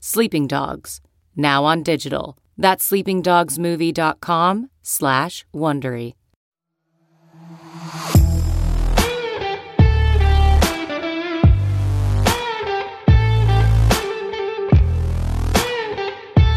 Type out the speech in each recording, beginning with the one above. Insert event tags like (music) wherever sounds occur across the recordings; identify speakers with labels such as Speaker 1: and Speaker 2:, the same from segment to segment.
Speaker 1: Sleeping Dogs, now on digital. That's sleepingdogsmovie.com slash Wondery.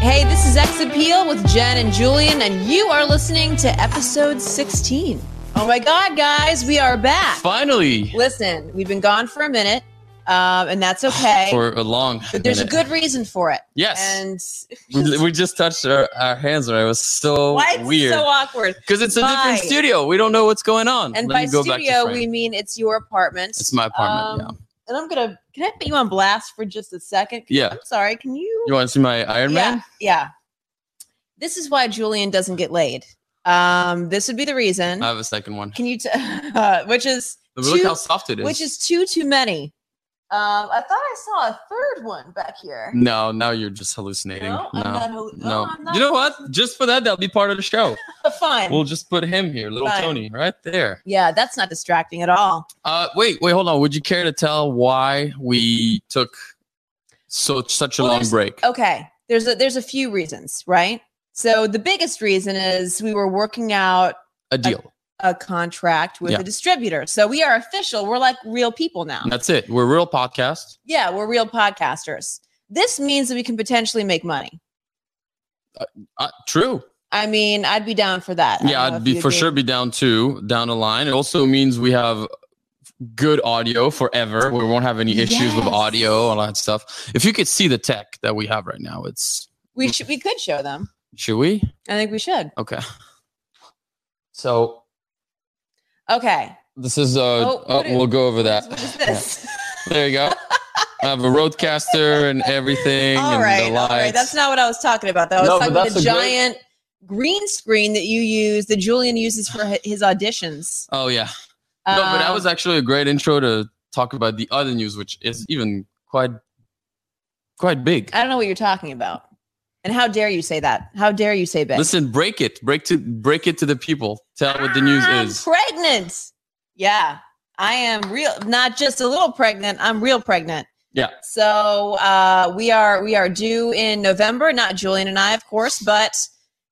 Speaker 2: Hey, this is Ex Appeal with Jen and Julian, and you are listening to episode 16. Oh my God, guys, we are back.
Speaker 3: Finally,
Speaker 2: Listen, we've been gone for a minute, um, and that's okay.
Speaker 3: for a long.
Speaker 2: but there's a
Speaker 3: minute.
Speaker 2: good reason for it.
Speaker 3: Yes,
Speaker 2: And
Speaker 3: we just touched our, our hands, and it was
Speaker 2: (laughs)
Speaker 3: so
Speaker 2: why it's
Speaker 3: weird
Speaker 2: so awkward.
Speaker 3: because it's a different
Speaker 2: Why?
Speaker 3: studio. We don't know what's going on.
Speaker 2: And
Speaker 3: Let
Speaker 2: by
Speaker 3: me go back to
Speaker 2: studio,
Speaker 3: Frank.
Speaker 2: we mean it's your apartment.
Speaker 3: it's my apartment.
Speaker 2: Um, And I'm going to, can I put you on blast for just a second?
Speaker 3: Yeah.
Speaker 2: I'm sorry, can you?
Speaker 3: yeah. You want to see my Iron
Speaker 2: yeah,
Speaker 3: Man?
Speaker 2: Yeah. This is why Julian doesn't get laid. Um, this would be the reason.
Speaker 3: I have a second one.
Speaker 2: Can you, t- (laughs) uh, which is
Speaker 3: But look
Speaker 2: two-
Speaker 3: how soft it is.
Speaker 2: which is two too many. Um, I thought I saw a third one back here.
Speaker 3: no, now you're just hallucinating.
Speaker 2: No,
Speaker 3: No,
Speaker 2: I'm not hallu- no,
Speaker 3: no.
Speaker 2: I'm not
Speaker 3: you know what? Just for that, that'll be part of the show.
Speaker 2: Fine.
Speaker 3: We'll just put him here, little
Speaker 2: Fine.
Speaker 3: Tony, right there.
Speaker 2: yeah, that's not distracting at all.
Speaker 3: Uh, wait, wait, hold on. Would you care to tell why we took so such a
Speaker 2: Well,
Speaker 3: long
Speaker 2: there's-
Speaker 3: break?
Speaker 2: Okay, there's a, there's a few reasons, right? So the biggest reason is we were working out
Speaker 3: A deal.
Speaker 2: a contract with
Speaker 3: Yeah.
Speaker 2: a distributor. So we are official. We're like real people now.
Speaker 3: That's it. We're a real podcast.
Speaker 2: Yeah, we're real podcasters. This means that we can potentially make money.
Speaker 3: Uh, true.
Speaker 2: I mean, I'd be down for that. I don't
Speaker 3: Yeah,
Speaker 2: know
Speaker 3: I'd
Speaker 2: if
Speaker 3: be
Speaker 2: you'd
Speaker 3: for sure be down two down the line. It also means we have good audio forever. We won't have any issues with
Speaker 2: Yes.
Speaker 3: audio, all that stuff. If you could see the tech that we have right now, it's
Speaker 2: We should. We could show them.
Speaker 3: should we?
Speaker 2: I think we should.
Speaker 3: Okay. So
Speaker 2: Okay.
Speaker 3: this is uh
Speaker 2: Oh,
Speaker 3: oh,
Speaker 2: what is-
Speaker 3: we'll go over that.
Speaker 2: What is (laughs) this?
Speaker 3: There you go. I have a roadcaster and everything.
Speaker 2: all
Speaker 3: and
Speaker 2: right,
Speaker 3: the
Speaker 2: all
Speaker 3: lights.
Speaker 2: right. That's not what I was talking about, though. I was
Speaker 3: No, but
Speaker 2: talking about the
Speaker 3: that's a great-
Speaker 2: giant green screen that you use, that Julian uses for hi- his auditions.
Speaker 3: oh yeah. No, but that
Speaker 2: Um,
Speaker 3: was actually a great intro to talk about the other news, which is even quite quite big.
Speaker 2: I don't know what you're talking about. And how dare you say that? How dare you say big?
Speaker 3: Listen, break it, break to break it to the people. Tell what the news
Speaker 2: I'm
Speaker 3: is.
Speaker 2: pregnant. Yeah, I am real. Not just a little pregnant. I'm real pregnant.
Speaker 3: Yeah.
Speaker 2: So uh, we are we are due in November. Not Julian and I, of course, but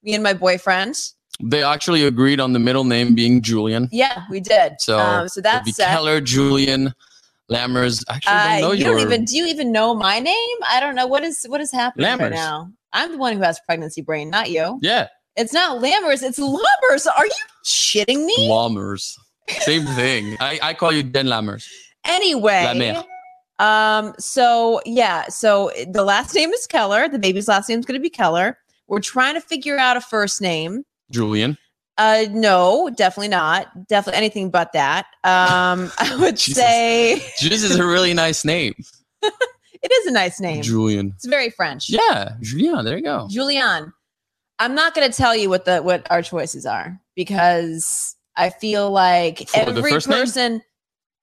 Speaker 2: me and my boyfriend.
Speaker 3: They actually agreed on the middle name being Julian,
Speaker 2: Yeah, we did.
Speaker 3: so
Speaker 2: um, so
Speaker 3: that'd
Speaker 2: that's
Speaker 3: be
Speaker 2: set.
Speaker 3: Keller Julian Lammers. I Actually,
Speaker 2: Uh,
Speaker 3: don't know
Speaker 2: you don't
Speaker 3: your-
Speaker 2: even do you even know my name? I don't know what is what is happening right
Speaker 3: Lammers.
Speaker 2: now. I'm the one who has pregnancy brain, not you.
Speaker 3: Yeah,
Speaker 2: It's not Lammers, it's Lubbers. Are you shitting me?
Speaker 3: Lammers. Same thing. I, I call you Den Lammers.
Speaker 2: Anyway,
Speaker 3: Lammer.
Speaker 2: um, so yeah, so the last name is Keller. The baby's last name is going to be Keller. We're trying to figure out a first name.
Speaker 3: Julian.
Speaker 2: Uh, no, definitely not. Definitely anything but that. Um, (laughs) I would
Speaker 3: Jesus.
Speaker 2: say
Speaker 3: This is a really nice name.
Speaker 2: it is a nice name.
Speaker 3: Julian.
Speaker 2: It's very French.
Speaker 3: Yeah, Julian. There you go.
Speaker 2: Julian, I'm not going to tell you what the what our choices are because I feel like
Speaker 3: For the
Speaker 2: every
Speaker 3: first name?
Speaker 2: person.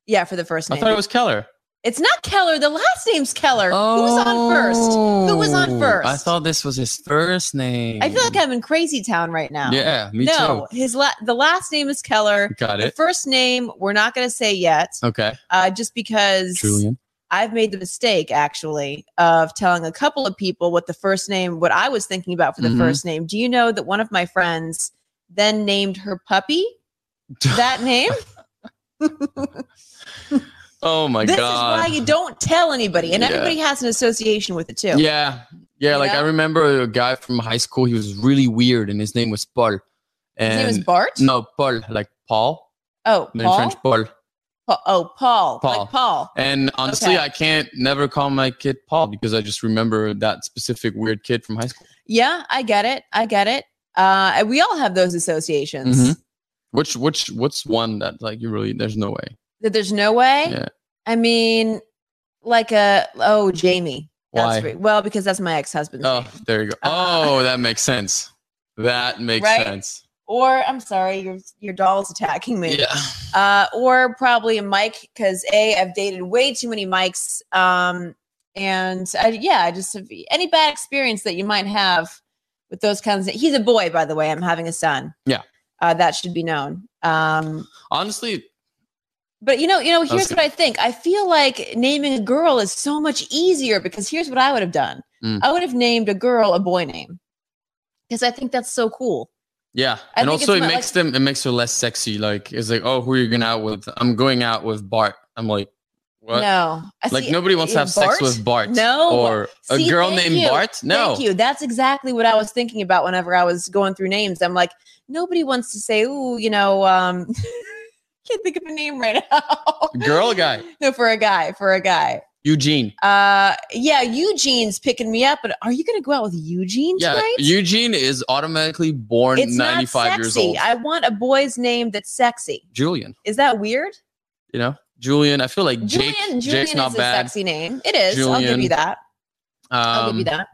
Speaker 2: Yeah, for the first
Speaker 3: I
Speaker 2: name.
Speaker 3: thought it was Keller.
Speaker 2: it's not Keller. The last name's Keller. Who was on first? Who was on
Speaker 3: Oh,
Speaker 2: first?
Speaker 3: I thought this was his first name.
Speaker 2: I feel like I'm in Crazy Town right now.
Speaker 3: Yeah, me
Speaker 2: no, his la- the last name is Keller.
Speaker 3: too. Got
Speaker 2: The
Speaker 3: it.
Speaker 2: first name we're not going to say yet,
Speaker 3: Okay,
Speaker 2: uh, just because
Speaker 3: Julian.
Speaker 2: I've made the mistake actually of telling a couple of people what the first name, what I was thinking about for the
Speaker 3: Mhm.
Speaker 2: first name. Do you know that one of my friends then named her puppy that name?
Speaker 3: (laughs) Oh my
Speaker 2: this
Speaker 3: god.
Speaker 2: is why you don't tell anybody, and
Speaker 3: Yeah.
Speaker 2: everybody has an association with it too.
Speaker 3: Yeah. Yeah.
Speaker 2: You
Speaker 3: like
Speaker 2: know?
Speaker 3: I remember a guy from high school. He was really weird and his name was Paul.
Speaker 2: His
Speaker 3: And
Speaker 2: name is Bart.
Speaker 3: No, Paul, like Paul.
Speaker 2: oh,
Speaker 3: In
Speaker 2: Paul?
Speaker 3: French, Paul.
Speaker 2: Pa- oh, Paul.
Speaker 3: Paul.
Speaker 2: Like Paul.
Speaker 3: And honestly,
Speaker 2: Okay.
Speaker 3: I can't never call my kid Paul because I just remember that specific weird kid from high school,
Speaker 2: Yeah, I get it. I get it. Uh, we all have those associations.
Speaker 3: Mhm. which, which, what's one that like you really, there's no way.
Speaker 2: That there's no way.
Speaker 3: Yeah.
Speaker 2: I mean, like a oh Jamie. That's
Speaker 3: Why?
Speaker 2: free. Well, because that's my ex-husband's
Speaker 3: Oh,
Speaker 2: name.
Speaker 3: there you go. Oh, that makes sense. That makes
Speaker 2: Uh, Right?
Speaker 3: sense.
Speaker 2: Or I'm sorry, your your doll's attacking me.
Speaker 3: Yeah.
Speaker 2: Uh, or probably a mic because a I've dated way too many mics. Um, and I, yeah, I just have any bad experience that you might have with those kinds. Of, he's a boy, by the way. I'm having a son.
Speaker 3: Yeah.
Speaker 2: uh, that should be known. Um,
Speaker 3: Honestly,
Speaker 2: But you know, you know, here's
Speaker 3: good.
Speaker 2: what I think. I feel like naming a girl is so much easier because here's what I would have done.
Speaker 3: Mm.
Speaker 2: I would have named a girl a boy name. Because I think that's so cool.
Speaker 3: yeah.
Speaker 2: I
Speaker 3: and
Speaker 2: think
Speaker 3: also
Speaker 2: it's
Speaker 3: it
Speaker 2: about,
Speaker 3: makes them it makes her less sexy. Like it's like, oh, who are you going out with? I'm going out with Bart. I'm like, what?
Speaker 2: No. I
Speaker 3: Like
Speaker 2: see-
Speaker 3: nobody wants to have sex
Speaker 2: Bart?
Speaker 3: with Bart.
Speaker 2: No.
Speaker 3: Or a
Speaker 2: See,
Speaker 3: girl
Speaker 2: thank
Speaker 3: named
Speaker 2: you.
Speaker 3: Bart. No.
Speaker 2: Thank you. That's exactly what I was thinking about whenever I was going through names. I'm like, nobody wants to say, ooh, you know, um, (laughs) can't think of a name right now.
Speaker 3: Girl or guy?
Speaker 2: (laughs) No, for a guy, for a guy.
Speaker 3: Eugene.
Speaker 2: Uh yeah, Eugene's picking me up, but are you gonna go out with Eugene
Speaker 3: Yeah.
Speaker 2: tonight?
Speaker 3: Eugene is automatically born
Speaker 2: it's
Speaker 3: 95
Speaker 2: not
Speaker 3: years
Speaker 2: sexy.
Speaker 3: old.
Speaker 2: I want a boy's name that's sexy.
Speaker 3: Julian.
Speaker 2: Is that weird?
Speaker 3: You know? Julian. I feel like Jake
Speaker 2: Julian, Julian
Speaker 3: Jake's
Speaker 2: is
Speaker 3: not
Speaker 2: a
Speaker 3: bad.
Speaker 2: sexy name. It is. I'll give you
Speaker 3: Julian.
Speaker 2: that. I'll give
Speaker 3: Um,
Speaker 2: you that.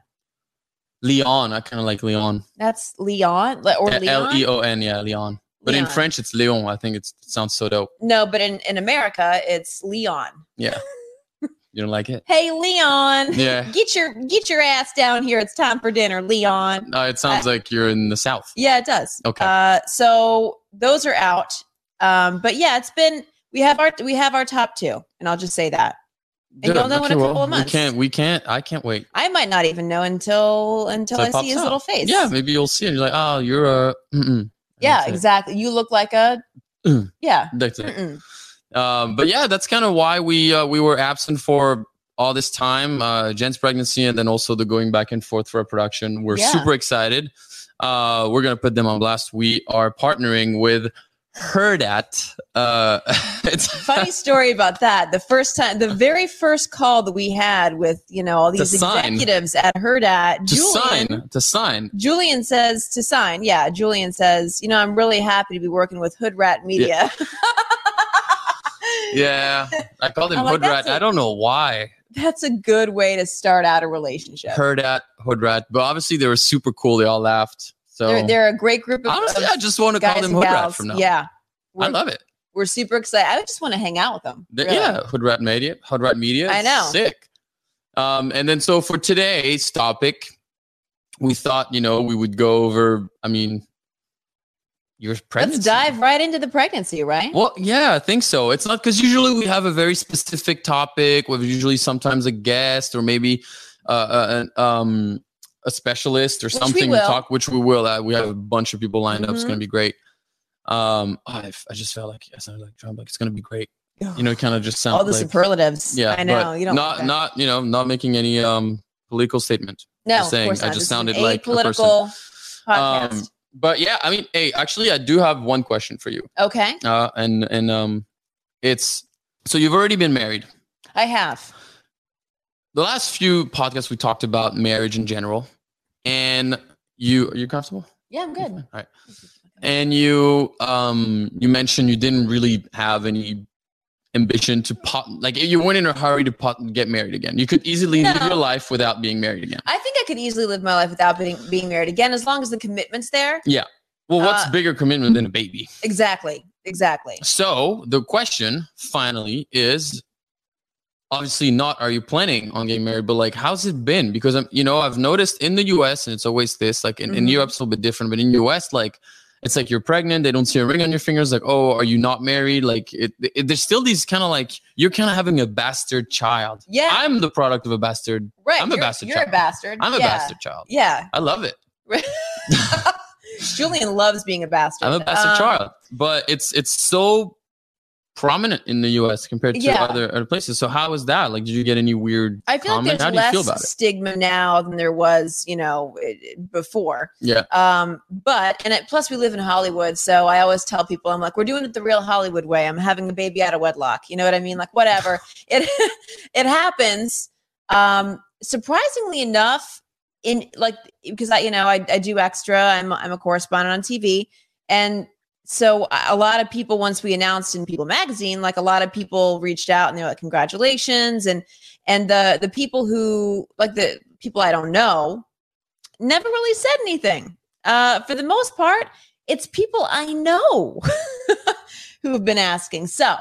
Speaker 3: Leon. I kinda like Leon.
Speaker 2: That's Leon le- or
Speaker 3: L
Speaker 2: Leon.
Speaker 3: E O N, yeah, Leon. But in
Speaker 2: Leon.
Speaker 3: French, it's Leon. I think it's, it sounds so dope.
Speaker 2: no, but in, in America, it's Leon. (laughs)
Speaker 3: You don't like it?
Speaker 2: Hey, Leon,
Speaker 3: Yeah.
Speaker 2: get your get your ass down here. It's time for dinner, Leon.
Speaker 3: No, it sounds like you're in the South.
Speaker 2: Yeah, it does.
Speaker 3: Okay.
Speaker 2: Uh, so those are out. Um, but yeah, it's been we have our we have our top two, and I'll just say that you'll
Speaker 3: Dope.
Speaker 2: know in a couple of months.
Speaker 3: We can't. We can't. I can't wait.
Speaker 2: I might not even know until until
Speaker 3: till it
Speaker 2: I
Speaker 3: pops
Speaker 2: see his
Speaker 3: out.
Speaker 2: little face.
Speaker 3: Yeah, maybe you'll see it. You're like, oh, you're a. Mm-mm.
Speaker 2: Yeah,
Speaker 3: That's it.
Speaker 2: exactly. You look like
Speaker 3: (clears throat)
Speaker 2: a
Speaker 3: Mm.
Speaker 2: yeah.
Speaker 3: That's it.
Speaker 2: Mm-mm.
Speaker 3: Um, but yeah, that's kind of why we uh, we were absent for all this time. Uh, Jen's pregnancy, and then also the going back and forth for our production. We're
Speaker 2: Yeah.
Speaker 3: super excited. Uh, we're gonna put them on blast. We are partnering with Heard at. Uh, (laughs) it's (laughs)
Speaker 2: Funny story about that. The first time, the very first call that we had with you know all
Speaker 3: To
Speaker 2: these
Speaker 3: sign.
Speaker 2: executives at Herdat,
Speaker 3: to
Speaker 2: Julian.
Speaker 3: sign to sign.
Speaker 2: Julian says to sign. Yeah, Julian says, you know, I'm really happy to be working with Hood Rat Media. (laughs)
Speaker 3: Yeah, I
Speaker 2: (laughs)
Speaker 3: called him
Speaker 2: I'm like,
Speaker 3: Hood
Speaker 2: that's
Speaker 3: Rat.
Speaker 2: a-
Speaker 3: I I don't know why.
Speaker 2: That's a good way to start out a relationship.
Speaker 3: Heard at Hood Rat, but obviously they were super cool. They all laughed. So
Speaker 2: they're, they're a great group of,
Speaker 3: honestly,
Speaker 2: of
Speaker 3: I just want to call
Speaker 2: guys
Speaker 3: them
Speaker 2: and
Speaker 3: Hood Rat
Speaker 2: gals.
Speaker 3: from now. on.
Speaker 2: Yeah.
Speaker 3: I
Speaker 2: We're,
Speaker 3: love it.
Speaker 2: we're super excited. I just want to hang out with them.
Speaker 3: The-
Speaker 2: really.
Speaker 3: Yeah, Hoodrat Media. Hoodrat Media.
Speaker 2: I
Speaker 3: is
Speaker 2: know.
Speaker 3: Sick. Um, and then so for today's topic, we thought you know we would go over. I mean, your pregnancy.
Speaker 2: Let's dive right into the pregnancy, right?
Speaker 3: Well, yeah, I think so. It's not because usually we have a very specific topic with usually sometimes a guest or maybe uh, a, um, a specialist or
Speaker 2: we
Speaker 3: something
Speaker 2: will.
Speaker 3: to talk, which we will. Uh, we have a bunch of people lined up. It's
Speaker 2: Mhm.
Speaker 3: going to be great. Um, I, f- I just felt like I sounded like Trump. Like it's going to be great. You know, kind of just sounds
Speaker 2: all the
Speaker 3: like,
Speaker 2: superlatives.
Speaker 3: Yeah,
Speaker 2: I
Speaker 3: but
Speaker 2: know. You don't want
Speaker 3: not
Speaker 2: that.
Speaker 3: not you know not making any um political statement.
Speaker 2: no,
Speaker 3: just
Speaker 2: of
Speaker 3: saying,
Speaker 2: course
Speaker 3: I
Speaker 2: not.
Speaker 3: just
Speaker 2: This is
Speaker 3: sounded
Speaker 2: an
Speaker 3: like a person.
Speaker 2: apolitical podcast.
Speaker 3: Um, But yeah, I mean, hey, actually, I do have one question for you.
Speaker 2: okay,
Speaker 3: Uh, and and um, it's so you've already been married.
Speaker 2: I have.
Speaker 3: the last few podcasts we talked about marriage in general and you are you comfortable
Speaker 2: Yeah, I'm
Speaker 3: You're
Speaker 2: good.
Speaker 3: fine. all right and you um you mentioned you didn't really have any ambition to pot like you weren't in a hurry to pot get married again you could easily live
Speaker 2: No.
Speaker 3: your life without being married again
Speaker 2: I think I could easily live my life without being, being married again, as long as the commitment's there.
Speaker 3: well what's
Speaker 2: Uh,
Speaker 3: bigger commitment than a baby
Speaker 2: Exactly. Exactly.
Speaker 3: so the question finally is obviously not are you planning on getting married but like how's it been because i'm you know i've noticed in the us and it's always this like in, in
Speaker 2: Mhm.
Speaker 3: europe it's a little bit different but in us like it's like you're pregnant they don't see a ring on your fingers like oh are you not married like it, it, there's still these kind of like you're kind of having a bastard child
Speaker 2: Yeah.
Speaker 3: i'm the product of a bastard
Speaker 2: right.
Speaker 3: I'm a
Speaker 2: you're,
Speaker 3: bastard
Speaker 2: You're a
Speaker 3: child.
Speaker 2: bastard.
Speaker 3: i'm a
Speaker 2: yeah.
Speaker 3: bastard child
Speaker 2: Yeah.
Speaker 3: i love it
Speaker 2: Julian loves being a bastard.
Speaker 3: i'm a bastard
Speaker 2: Um,
Speaker 3: child but it's it's so prominent in the us compared to
Speaker 2: Yeah.
Speaker 3: other, other places so how is that like did you get any weird
Speaker 2: I feel
Speaker 3: comment?
Speaker 2: like
Speaker 3: how do you
Speaker 2: there's
Speaker 3: feel about it
Speaker 2: less stigma now than there was, you know, it- it- before.
Speaker 3: Yeah.
Speaker 2: Um, but and it, plus we live in Hollywood, so I always tell people I'm like, we're doing it the real Hollywood way. I'm having a baby out of wedlock. You know what I mean? Like whatever. (laughs) it it happens. Um, surprisingly enough, in like because I you know I, I do extra. I'm I'm a correspondent on TV, and so a lot of people once we announced in people magazine like a lot of people reached out and they were like congratulations and and the the people who like the people i don't know never really said anything uh for the most part it's people i know (laughs) who have been asking so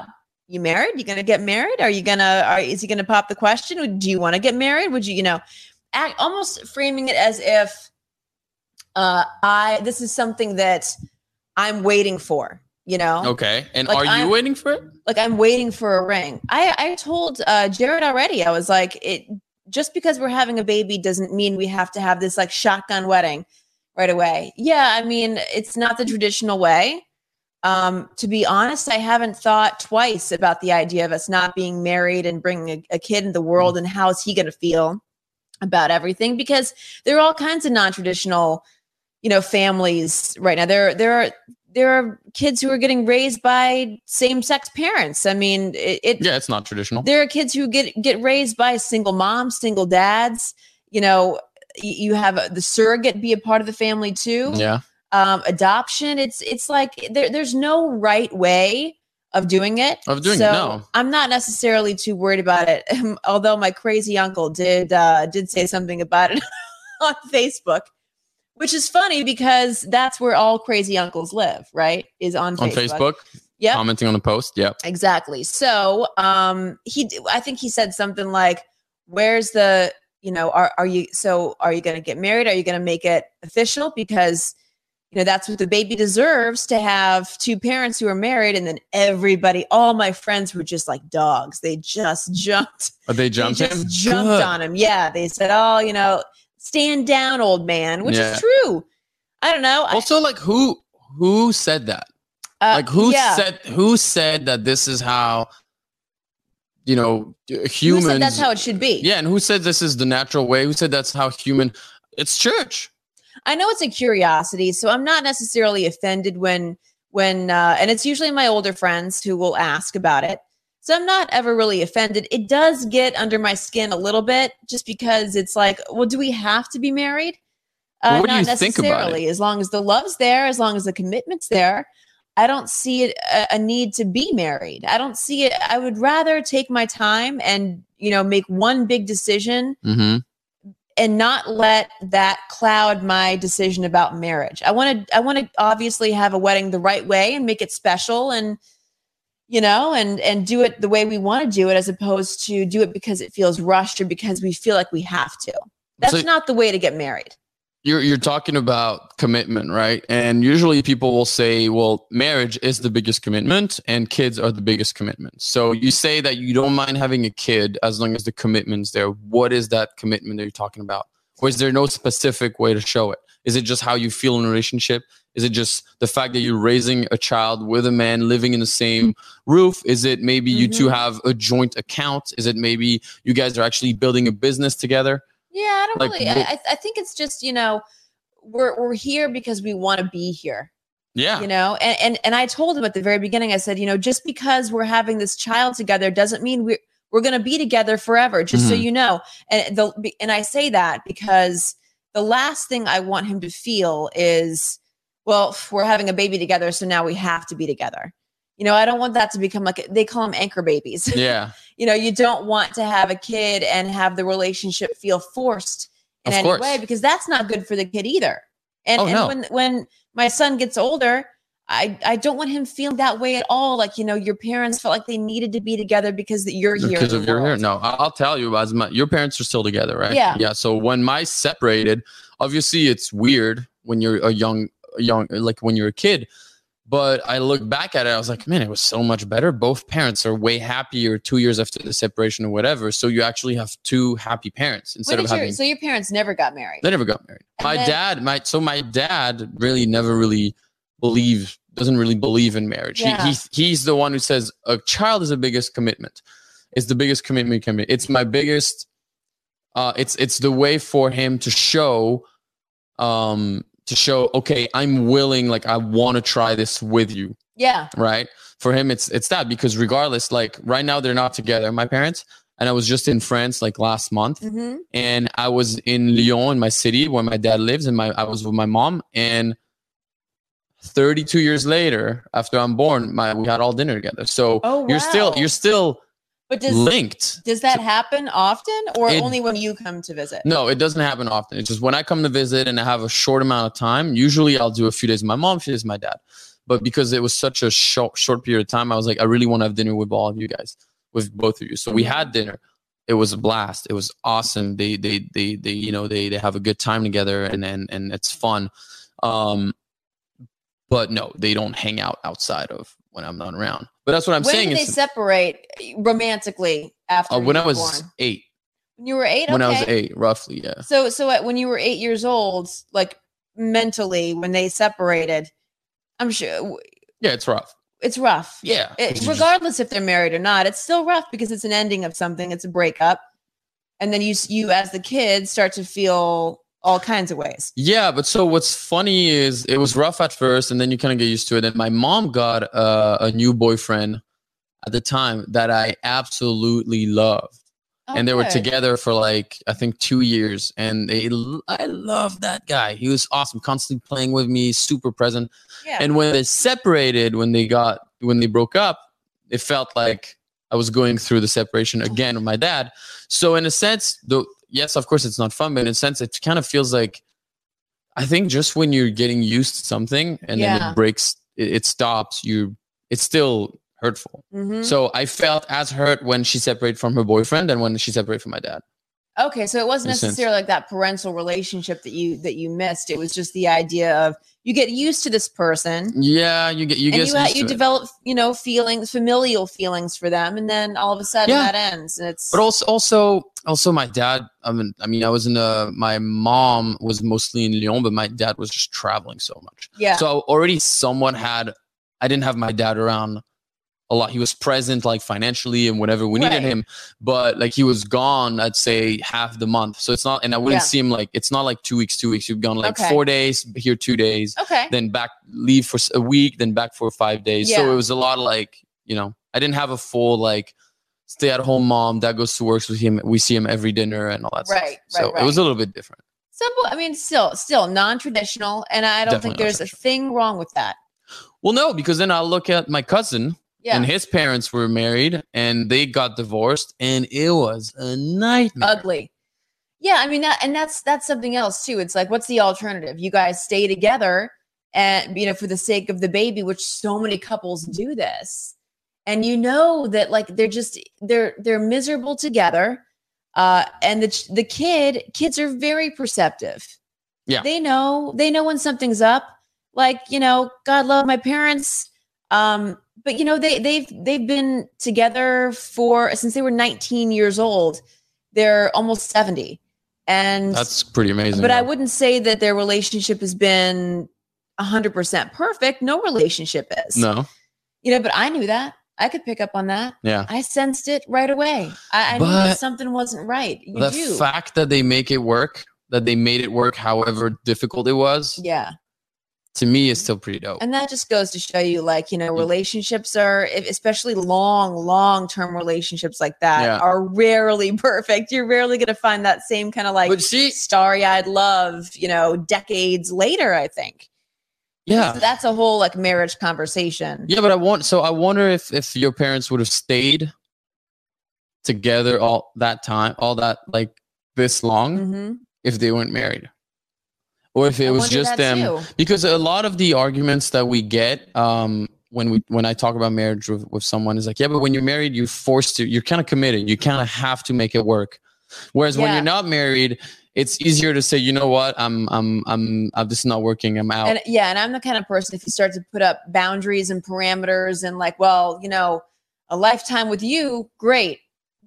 Speaker 2: you married you gonna get married are you gonna are is he gonna pop the question do you want to get married would you you know act, almost framing it as if uh i this is something that I'm waiting for, you know?
Speaker 3: Okay. And
Speaker 2: Uh, Like,
Speaker 3: are you
Speaker 2: I'm-
Speaker 3: waiting for it?
Speaker 2: Like I'm waiting for a ring. I, I told uh, Jared already, I was like, it just because we're having a baby doesn't mean we have to have this like shotgun wedding right away. Yeah. I mean, it's not the traditional way. Um, to be honest, I haven't thought twice about the idea of us not being married and bringing a, a kid in the world and how is he going to feel about everything because there are all kinds of non-traditional, you know, families right now. There, there are, there are kids who are getting raised by same-sex parents. I mean, it, it
Speaker 3: Yeah, it's not traditional.
Speaker 2: there are kids who get get raised by single moms, single dads. You know, y- you have uh, the surrogate be a part of the family too
Speaker 3: Yeah.
Speaker 2: um, adoption. It's it's like there, there's no right way of doing it.
Speaker 3: Of doing it,
Speaker 2: so
Speaker 3: no.
Speaker 2: I'm not necessarily too worried about it. (laughs) Although my crazy uncle did uh, did say something about it (laughs) on Facebook, which is funny because that's where all crazy uncles live, right? Is on
Speaker 3: On
Speaker 2: Facebook.
Speaker 3: Facebook,
Speaker 2: Yep.
Speaker 3: commenting on the post. Yeah.
Speaker 2: Exactly. So, um, he, d- I think he said something like, "Where's the, you know, are are you? So, are you going to get married? Are you going to make it official? Because, you know, that's what the baby deserves to have two parents who are married." And then everybody, all my friends were just like dogs. They just (laughs) jumped.
Speaker 3: Are they
Speaker 2: They
Speaker 3: jumped
Speaker 2: just
Speaker 3: him?
Speaker 2: jumped
Speaker 3: Good.
Speaker 2: on him. Yeah, they said, "Oh, you know, stand down, old man," which
Speaker 3: Yeah.
Speaker 2: is true. I don't know. I-
Speaker 3: Also, like who who said that?
Speaker 2: uh,
Speaker 3: like who
Speaker 2: yeah.
Speaker 3: said who said that this is how you know
Speaker 2: Who
Speaker 3: humans
Speaker 2: said that's how it should be?
Speaker 3: yeah and who said this is the natural way who said that's how human it's church
Speaker 2: I know it's a curiosity, so I'm not necessarily offended when when uh, and it's usually my older friends who will ask about it. So I'm not ever really offended. It does get under my skin a little bit just because it's like, well, do we have to be married? Uh,
Speaker 3: Well, what do you think about it?
Speaker 2: As long as the love's there, as long as the commitment's there, I don't see it, uh, a, a need to be married. I don't see it. I would rather take my time and you know make one big decision
Speaker 3: mm-hmm.
Speaker 2: and not let that cloud my decision about marriage. I want to I want to obviously have a wedding the right way and make it special and you know and and do it the way we want to do it as opposed to do it because it feels rushed or because we feel like we have to. That's
Speaker 3: So-
Speaker 2: not the way to get married.
Speaker 3: you're you're talking about commitment right and usually people will say well marriage is the biggest commitment and kids are the biggest commitment so you say that you don't mind having a kid as long as the commitment's there what is that commitment that you're talking about or is there no specific way to show it is it just how you feel in a relationship is it just the fact that you're raising a child with a man living in the same roof is it maybe you two
Speaker 2: Mhm.
Speaker 3: have a joint account is it maybe you guys are actually building a business together
Speaker 2: Yeah, I don't
Speaker 3: Like,
Speaker 2: really
Speaker 3: what-
Speaker 2: I, I- I think it's just, you know, we're we're here because we want to be here.
Speaker 3: yeah
Speaker 2: you know and, and and i told him at the very beginning i said you know just because we're having this child together doesn't mean we're we're going to be together forever just so
Speaker 3: Mhm.
Speaker 2: you know and the and i say that because the last thing i want him to feel is well we're having a baby together so now we have to be together you know i don't want that to become like they call them anchor babies
Speaker 3: yeah
Speaker 2: you know you don't want to have a kid and have the relationship feel forced in
Speaker 3: Of
Speaker 2: any
Speaker 3: course.
Speaker 2: way because that's not good for the kid either and,
Speaker 3: Oh,
Speaker 2: and
Speaker 3: no.
Speaker 2: when when my son gets older i i don't want him feeling that way at all like you know your parents felt like they needed to be together because that you're here in
Speaker 3: Because
Speaker 2: the
Speaker 3: if you're here,
Speaker 2: world.
Speaker 3: no, I- I'll tell you, as my, your parents are still together, right?
Speaker 2: Yeah.
Speaker 3: Yeah. So when my separated, obviously it's weird when you're a young, a young, like when you're a kid. But I look back at it, I was like, man, it was so much better. Both parents are way happier two years after the separation or whatever. So you actually have two happy parents
Speaker 2: When
Speaker 3: instead
Speaker 2: did
Speaker 3: of
Speaker 2: your-
Speaker 3: having.
Speaker 2: so your parents never got married
Speaker 3: They never got married.
Speaker 2: And
Speaker 3: my
Speaker 2: then-
Speaker 3: dad, my so my dad really never really believes doesn't really believe in marriage.
Speaker 2: Yeah.
Speaker 3: He, he he's the one who says a child is the biggest commitment. It's the biggest commitment you can make. It's my biggest uh it's it's the way for him to show um to show okay, I'm willing like I want to try this with you
Speaker 2: yeah
Speaker 3: right for him it's it's that because regardless like right now they're not together my parents and i was just in france like last month
Speaker 2: hmm
Speaker 3: and I was in Lyon, in my city where my dad lives, and my I was with my mom, and 32 years later, after I'm born, my we had all dinner together. So
Speaker 2: Oh,
Speaker 3: you're still
Speaker 2: wow.
Speaker 3: you're still
Speaker 2: But does
Speaker 3: linked.
Speaker 2: does that happen often, or
Speaker 3: It-
Speaker 2: only when you come to visit?
Speaker 3: No, it doesn't happen often. It's just when I come to visit and I have a short amount of time. Usually, I'll do a few days with my mom, a few days with my dad. But because it was such a short short period of time, I was like, I really want to have dinner with all of you guys, with both of you. So we had dinner. It was a blast. It was awesome. They they they they you know they they have a good time together and and and it's fun. Um, but no, they don't hang out outside of when I'm not around. But that's what I'm
Speaker 2: when
Speaker 3: saying.
Speaker 2: did they
Speaker 3: is,
Speaker 2: separate romantically after
Speaker 3: uh, when
Speaker 2: you
Speaker 3: I
Speaker 2: were
Speaker 3: was
Speaker 2: born?
Speaker 3: eight,
Speaker 2: When you were eight.
Speaker 3: when I
Speaker 2: okay.
Speaker 3: was eight, roughly, yeah.
Speaker 2: So so at, when you were eight years old, like mentally, when they separated, I'm sure
Speaker 3: Yeah, it's rough.
Speaker 2: it's rough.
Speaker 3: Yeah,
Speaker 2: It, regardless if they're married or not, it's still rough because it's an ending of something. It's a breakup, and then you s- you as the kids start to feel all kinds of ways.
Speaker 3: Yeah, but so what's funny is it was rough at first, and then you kind of get used to it. And my mom got uh, a new boyfriend at the time that I absolutely loved,
Speaker 2: Oh,
Speaker 3: and they were
Speaker 2: good.
Speaker 3: together for like I think two years, and they I loved that guy. He was awesome, constantly playing with me, super present.
Speaker 2: Yeah.
Speaker 3: And when they separated, when they got when they broke up, it felt like I was going through the separation again with my dad. So in a sense, though, yes, of course, it's not fun, but in a sense, it kind of feels like I think just when you're getting used to something and then
Speaker 2: Yeah.
Speaker 3: it breaks, it, it stops. You, it's still hurtful.
Speaker 2: Mhm.
Speaker 3: So I felt as hurt when she separated from her boyfriend and when she separated from my dad.
Speaker 2: Okay, so it wasn't
Speaker 3: in a sense.
Speaker 2: necessarily like that parental relationship that you that you missed. It was just the idea of you get used to this person,
Speaker 3: Yeah, you get you
Speaker 2: and
Speaker 3: get
Speaker 2: you ha-
Speaker 3: used
Speaker 2: you
Speaker 3: to it.
Speaker 2: develop you know feelings, familial feelings for them, and then all of a sudden
Speaker 3: Yeah.
Speaker 2: that ends, and it's
Speaker 3: But also, also, also, my dad. I mean, I mean, I was in a. My mom was mostly in Lyon, but my dad was just traveling so much.
Speaker 2: yeah,
Speaker 3: So I already somewhat had. I didn't have my dad around a lot. He was present, like financially and whatever we
Speaker 2: Right.
Speaker 3: needed him, but like he was gone. I'd say half the month. So it's not, and I wouldn't
Speaker 2: Yeah.
Speaker 3: see him like it's not like two weeks, two weeks. You've gone like
Speaker 2: Okay.
Speaker 3: four days here, two days,
Speaker 2: okay,
Speaker 3: then back leave for s- a week, then back for five days. So
Speaker 2: Yeah.
Speaker 3: it was a lot of like you know, I didn't have a full like stay at home mom that goes to works with him. We see him every dinner and all that stuff.
Speaker 2: Right,
Speaker 3: So
Speaker 2: right,
Speaker 3: it was a little bit different.
Speaker 2: some I mean still still non traditional, and I don't think
Speaker 3: Definitely
Speaker 2: there's a
Speaker 3: non-traditional.
Speaker 2: thing wrong with that.
Speaker 3: Well, no, because then I look at my cousin
Speaker 2: Yeah,
Speaker 3: and his parents were married and they got divorced and it was a nightmare
Speaker 2: ugly. Yeah, I mean that, and that's that's something else too. It's like, what's the alternative? You guys stay together, and you know, for the sake of the baby, which so many couples do this, and you know that like they're just they're they're miserable together, uh, and the ch- the kid kids are very perceptive.
Speaker 3: Yeah.
Speaker 2: they know they know when something's up. Like you know, God love my parents. Um, but you know they they've they've been together for since they were 19 years old they're almost 70 and
Speaker 3: that's pretty amazing
Speaker 2: but i
Speaker 3: though.
Speaker 2: wouldn't say that their relationship has been 100% perfect no relationship is
Speaker 3: no
Speaker 2: you know but i knew that i could pick up on that
Speaker 3: yeah
Speaker 2: i sensed it right away i, I knew
Speaker 3: But
Speaker 2: that something wasn't right you
Speaker 3: the
Speaker 2: do
Speaker 3: fact that they make it work that they made it work however difficult it was
Speaker 2: yeah
Speaker 3: to me is still pretty dope
Speaker 2: and that just goes to show you like you know
Speaker 3: Mm.
Speaker 2: relationships are e- especially long long term relationships like that
Speaker 3: Yeah.
Speaker 2: are rarely (laughs) perfect you're rarely going to find that same kind of like
Speaker 3: but see
Speaker 2: starry-eyed love you know decades later i think
Speaker 3: yeah
Speaker 2: So that's a whole like marriage conversation
Speaker 3: yeah but i want so i wonder if if your parents would have stayed together all that time all that like this long
Speaker 2: hmm
Speaker 3: if they weren't married or if it was just them because a lot of the arguments that we get um, when we when I talk about marriage with, with someone is like, yeah, but when you're married, you're forced to, you're kind of committed, you kind of have to make it work. Whereas when
Speaker 2: Yeah.
Speaker 3: you're not married, it's easier to say, you know what, I'm I'm I'm, I'm this is not working, I'm out.
Speaker 2: and yeah and i'm the kind of person if you start to put up boundaries and parameters and like well you know a lifetime with you great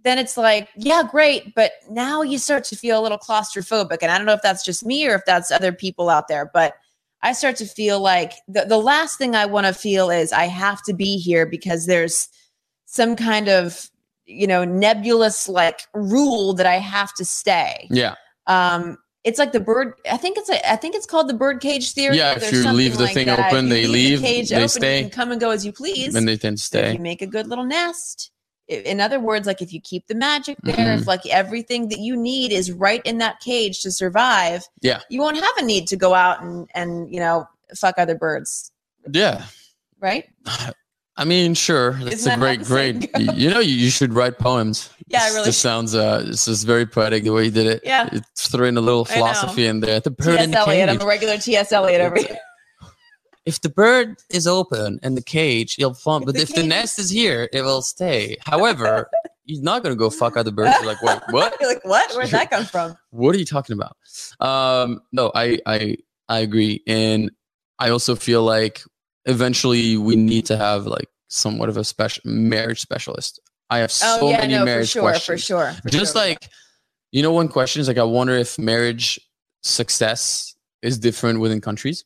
Speaker 2: then it's like yeah great but now you start to feel a little claustrophobic and i don't know if that's just me or if that's other people out there but i start to feel like the, the last thing i want to feel is i have to be here because there's some kind of you know nebulous like rule that i have to stay
Speaker 3: yeah,
Speaker 2: um it's like the bird i think it's a, i think it's called the bird cage theory
Speaker 3: Yeah,
Speaker 2: or
Speaker 3: if
Speaker 2: there's
Speaker 3: you
Speaker 2: something
Speaker 3: leave the
Speaker 2: like
Speaker 3: thing
Speaker 2: that.
Speaker 3: open,
Speaker 2: You
Speaker 3: they leave,
Speaker 2: the cage
Speaker 3: they
Speaker 2: open,
Speaker 3: stay.
Speaker 2: you can come and go as you please
Speaker 3: and they tend
Speaker 2: if
Speaker 3: to stay.
Speaker 2: you make a good little nest i- in other words like if you keep the magic there
Speaker 3: Mm-hmm.
Speaker 2: if like everything that you need is right in that cage to survive
Speaker 3: Yeah.
Speaker 2: you won't have a need to go out and and you know fuck other birds
Speaker 3: Yeah.
Speaker 2: right?
Speaker 3: I mean, sure. That's
Speaker 2: Isn't that
Speaker 3: a
Speaker 2: how
Speaker 3: great,
Speaker 2: the saying
Speaker 3: great. You, you know, you, you should write poems.
Speaker 2: (laughs) Yeah, I
Speaker 3: This-
Speaker 2: really
Speaker 3: This
Speaker 2: should.
Speaker 3: sounds. Uh, this is very poetic the way you did it.
Speaker 2: Yeah.
Speaker 3: It's throwing a little
Speaker 2: I know.
Speaker 3: philosophy in there. The bird in
Speaker 2: T.S.
Speaker 3: the
Speaker 2: Eliot. I'm
Speaker 3: cage.
Speaker 2: a regular T.S. Eliot over here.
Speaker 3: If the bird is open and the cage, it'll fall. But
Speaker 2: The
Speaker 3: if the
Speaker 2: cage-
Speaker 3: nest is here, it will stay.
Speaker 2: (laughs)
Speaker 3: However, you're not gonna go fuck other birds. You're like, wait, what?
Speaker 2: You're (laughs) like, what? Where'd that come from?
Speaker 3: what are you talking about um no i i i agree and i also feel like eventually we need to have like somewhat of a special marriage specialist i have so
Speaker 2: oh, yeah,
Speaker 3: many
Speaker 2: no, for
Speaker 3: marriage
Speaker 2: sure,
Speaker 3: questions
Speaker 2: for sure. for
Speaker 3: just
Speaker 2: sure.
Speaker 3: like you know one question is like i wonder if marriage success is different within countries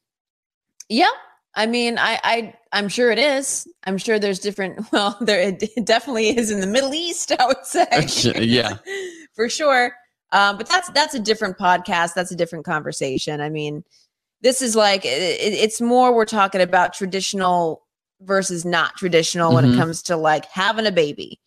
Speaker 2: Yeah. I mean, I, I, I'm sure it is. I'm sure there's different. (laughs) Well, there it definitely is in the Middle East. (laughs) I would say,
Speaker 3: Yeah.
Speaker 2: (laughs) for sure. Um, but that's that's a different podcast. That's a different conversation. I mean, this is like it, it- it's more we're talking about traditional versus not traditional when
Speaker 3: Mhm.
Speaker 2: it comes to like having a baby.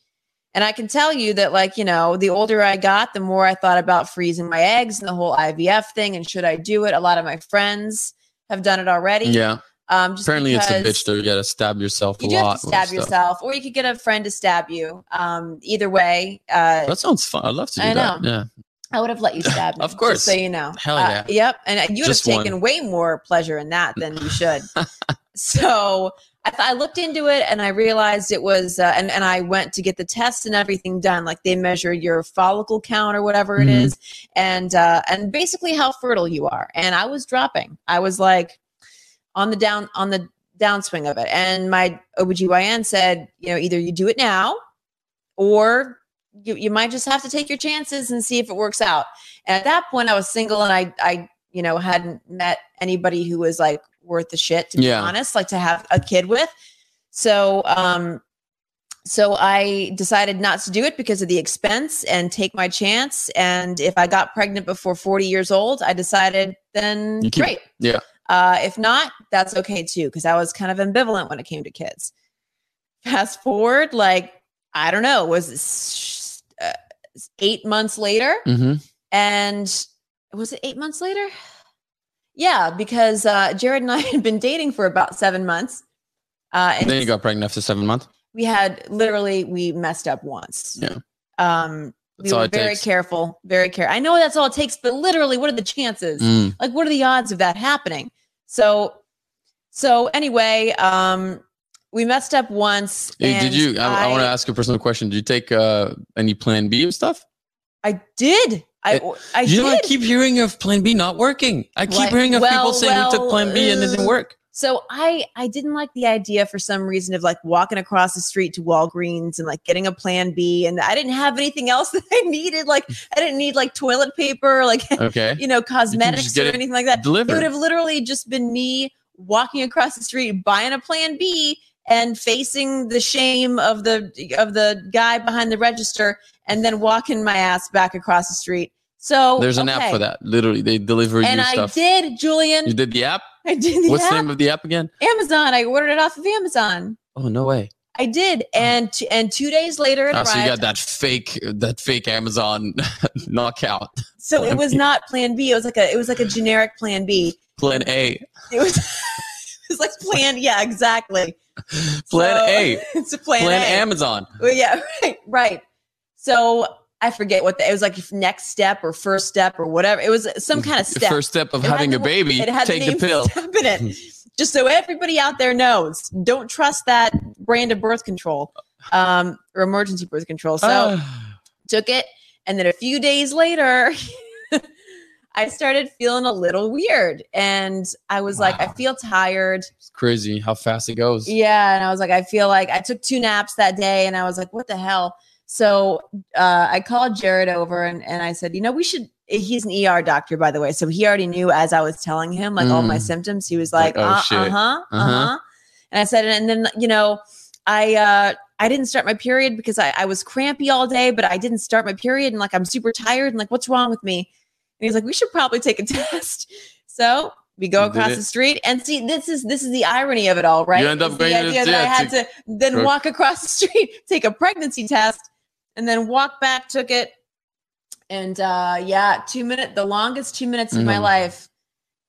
Speaker 2: And I can tell you that, like, you know, the older I got, the more I thought about freezing my eggs and the whole IVF thing and should I do it? A lot of my friends have done it already.
Speaker 3: yeah
Speaker 2: Um, just
Speaker 3: apparently it's a
Speaker 2: because
Speaker 3: bitch though you gotta stab yourself a
Speaker 2: You do
Speaker 3: lot
Speaker 2: have to
Speaker 3: with
Speaker 2: stab
Speaker 3: stuff.
Speaker 2: yourself, or you could get a friend to stab you. Um, either way, uh,
Speaker 3: that sounds fun i'd love to do
Speaker 2: I
Speaker 3: that
Speaker 2: know.
Speaker 3: yeah
Speaker 2: I would have let you stab me.
Speaker 3: (laughs) Of course.
Speaker 2: just so you know.
Speaker 3: Hell
Speaker 2: Uh,
Speaker 3: yeah.
Speaker 2: yep, and you would
Speaker 3: Just
Speaker 2: have taken
Speaker 3: one.
Speaker 2: way more pleasure in that than you
Speaker 3: (laughs)
Speaker 2: should. so I, th- I looked into it, and I realized it was, uh, and and I went to get the test and everything done. Like they measure your follicle count or whatever it
Speaker 3: Mhm.
Speaker 2: is, and uh, and basically how fertile you are. And I was dropping. I was like on the down on the downswing of it. And my OBGYN said, you know, either you do it now or you, you might just have to take your chances and see if it works out. And at that point I was single and I I, you know, hadn't met anybody who was like worth the shit, to be
Speaker 3: Yeah.
Speaker 2: honest, like to have a kid with. So um so I decided not to do it because of the expense and take my chance. And if I got pregnant before 40 years old, I decided then
Speaker 3: You keep-
Speaker 2: great.
Speaker 3: yeah.
Speaker 2: Uh, if not, that's okay too, because I was kind of ambivalent when it came to kids. Fast forward, like, I don't know, was it s- uh, eight months later?
Speaker 3: hmm
Speaker 2: And was it eight months later? Yeah, because uh, Jared and I (laughs) had been dating for about seven months. Uh, and
Speaker 3: then you got pregnant after seven months
Speaker 2: we had literally we messed up once.
Speaker 3: Yeah.
Speaker 2: Um,
Speaker 3: That's
Speaker 2: we
Speaker 3: all
Speaker 2: were
Speaker 3: it
Speaker 2: very
Speaker 3: takes.
Speaker 2: careful, very careful. I know that's all it takes, but literally, what are the chances?
Speaker 3: Mm.
Speaker 2: Like, what are the odds of that happening? So, so anyway, um, we messed up once.
Speaker 3: Hey,
Speaker 2: and
Speaker 3: did you? I, I, want to
Speaker 2: I-
Speaker 3: ask you a personal question. Did you take uh, any Plan B and stuff?
Speaker 2: I did. I, I
Speaker 3: you
Speaker 2: did.
Speaker 3: know, I keep hearing of Plan B not working. I keep
Speaker 2: What?
Speaker 3: hearing of people
Speaker 2: Well,
Speaker 3: saying we took
Speaker 2: well,
Speaker 3: Plan B and it didn't
Speaker 2: uh,
Speaker 3: work.
Speaker 2: So I I didn't like the idea for some reason of like walking across the street to Walgreens and like getting a plan B and I didn't have anything else (laughs) that I needed like I didn't need like toilet paper like (laughs)
Speaker 3: Okay,
Speaker 2: you know cosmetics
Speaker 3: just get
Speaker 2: or
Speaker 3: it
Speaker 2: anything like that. It would
Speaker 3: delivered.
Speaker 2: have literally just been me walking across the street buying a plan B and facing the shame of the of the guy behind the register and then walking my ass back across the street. So
Speaker 3: There's an app
Speaker 2: okay.
Speaker 3: for that. Literally, they deliver
Speaker 2: And
Speaker 3: you
Speaker 2: I
Speaker 3: stuff.
Speaker 2: did, Julian.
Speaker 3: You did the app.
Speaker 2: (laughs) I did the
Speaker 3: What's
Speaker 2: app.
Speaker 3: the name of the app again?
Speaker 2: Amazon. I ordered it off of Amazon.
Speaker 3: Oh no way!
Speaker 2: I did, and t- and two days later it
Speaker 3: Uh-huh. Oh, so you got
Speaker 2: arrived.
Speaker 3: that fake, that fake Amazon (laughs) knockout.
Speaker 2: So
Speaker 3: Plan
Speaker 2: it
Speaker 3: (laughs)
Speaker 2: was
Speaker 3: B.
Speaker 2: not Plan B. It was like a it was like a generic Plan B.
Speaker 3: Plan A.
Speaker 2: It was (laughs) it was like Plan. Yeah, exactly.
Speaker 3: (laughs) Plan
Speaker 2: So-
Speaker 3: A.
Speaker 2: (laughs) It's a Plan,
Speaker 3: Plan
Speaker 2: A.
Speaker 3: Amazon.
Speaker 2: Well, yeah, (laughs) right, right. So I forget what the, it was like. Next step or first step or whatever. It was
Speaker 3: (laughs)
Speaker 2: some kind of step.
Speaker 3: First step of
Speaker 2: It had
Speaker 3: having
Speaker 2: the
Speaker 3: a
Speaker 2: wo-
Speaker 3: baby.
Speaker 2: it had
Speaker 3: Take
Speaker 2: the,
Speaker 3: the
Speaker 2: name
Speaker 3: pill.
Speaker 2: Step in
Speaker 3: (laughs)
Speaker 2: it. Just so everybody out there knows, don't trust that brand of birth control um, or emergency birth control. (laughs) So.
Speaker 3: Ah.
Speaker 2: took it and then a few days later (laughs) i started feeling a little weird and i was like i
Speaker 3: Wow.
Speaker 2: feel tired
Speaker 3: it's crazy how fast it goes.
Speaker 2: yeah and i was like i feel like i took two naps that day and i was like what the hell so uh, i called jared over and, and i said you know we should he's an er doctor by the way so he already knew as i was telling him like all my
Speaker 3: Mm.
Speaker 2: symptoms he was
Speaker 3: Like,
Speaker 2: like,
Speaker 3: oh,
Speaker 2: uh,
Speaker 3: shit.
Speaker 2: uh-huh
Speaker 3: Uh-huh.
Speaker 2: uh-huh and i said and then you know i uh I didn't start my period because I, I was crampy all day, but I didn't start my period and like I'm super tired and like what's wrong with me? And he's like, we should probably take a (laughs) test. So we go
Speaker 3: You did
Speaker 2: across
Speaker 3: it.
Speaker 2: the street and see this is this is the irony of it all, right?
Speaker 3: end up
Speaker 2: Is
Speaker 3: going
Speaker 2: the
Speaker 3: to-
Speaker 2: idea that I
Speaker 3: yeah,
Speaker 2: had to then
Speaker 3: Correct.
Speaker 2: walk across the (laughs) street, take a pregnancy test, and then walk back, took it. And uh yeah, two minute the longest two minutes of my
Speaker 3: Mhm.
Speaker 2: life.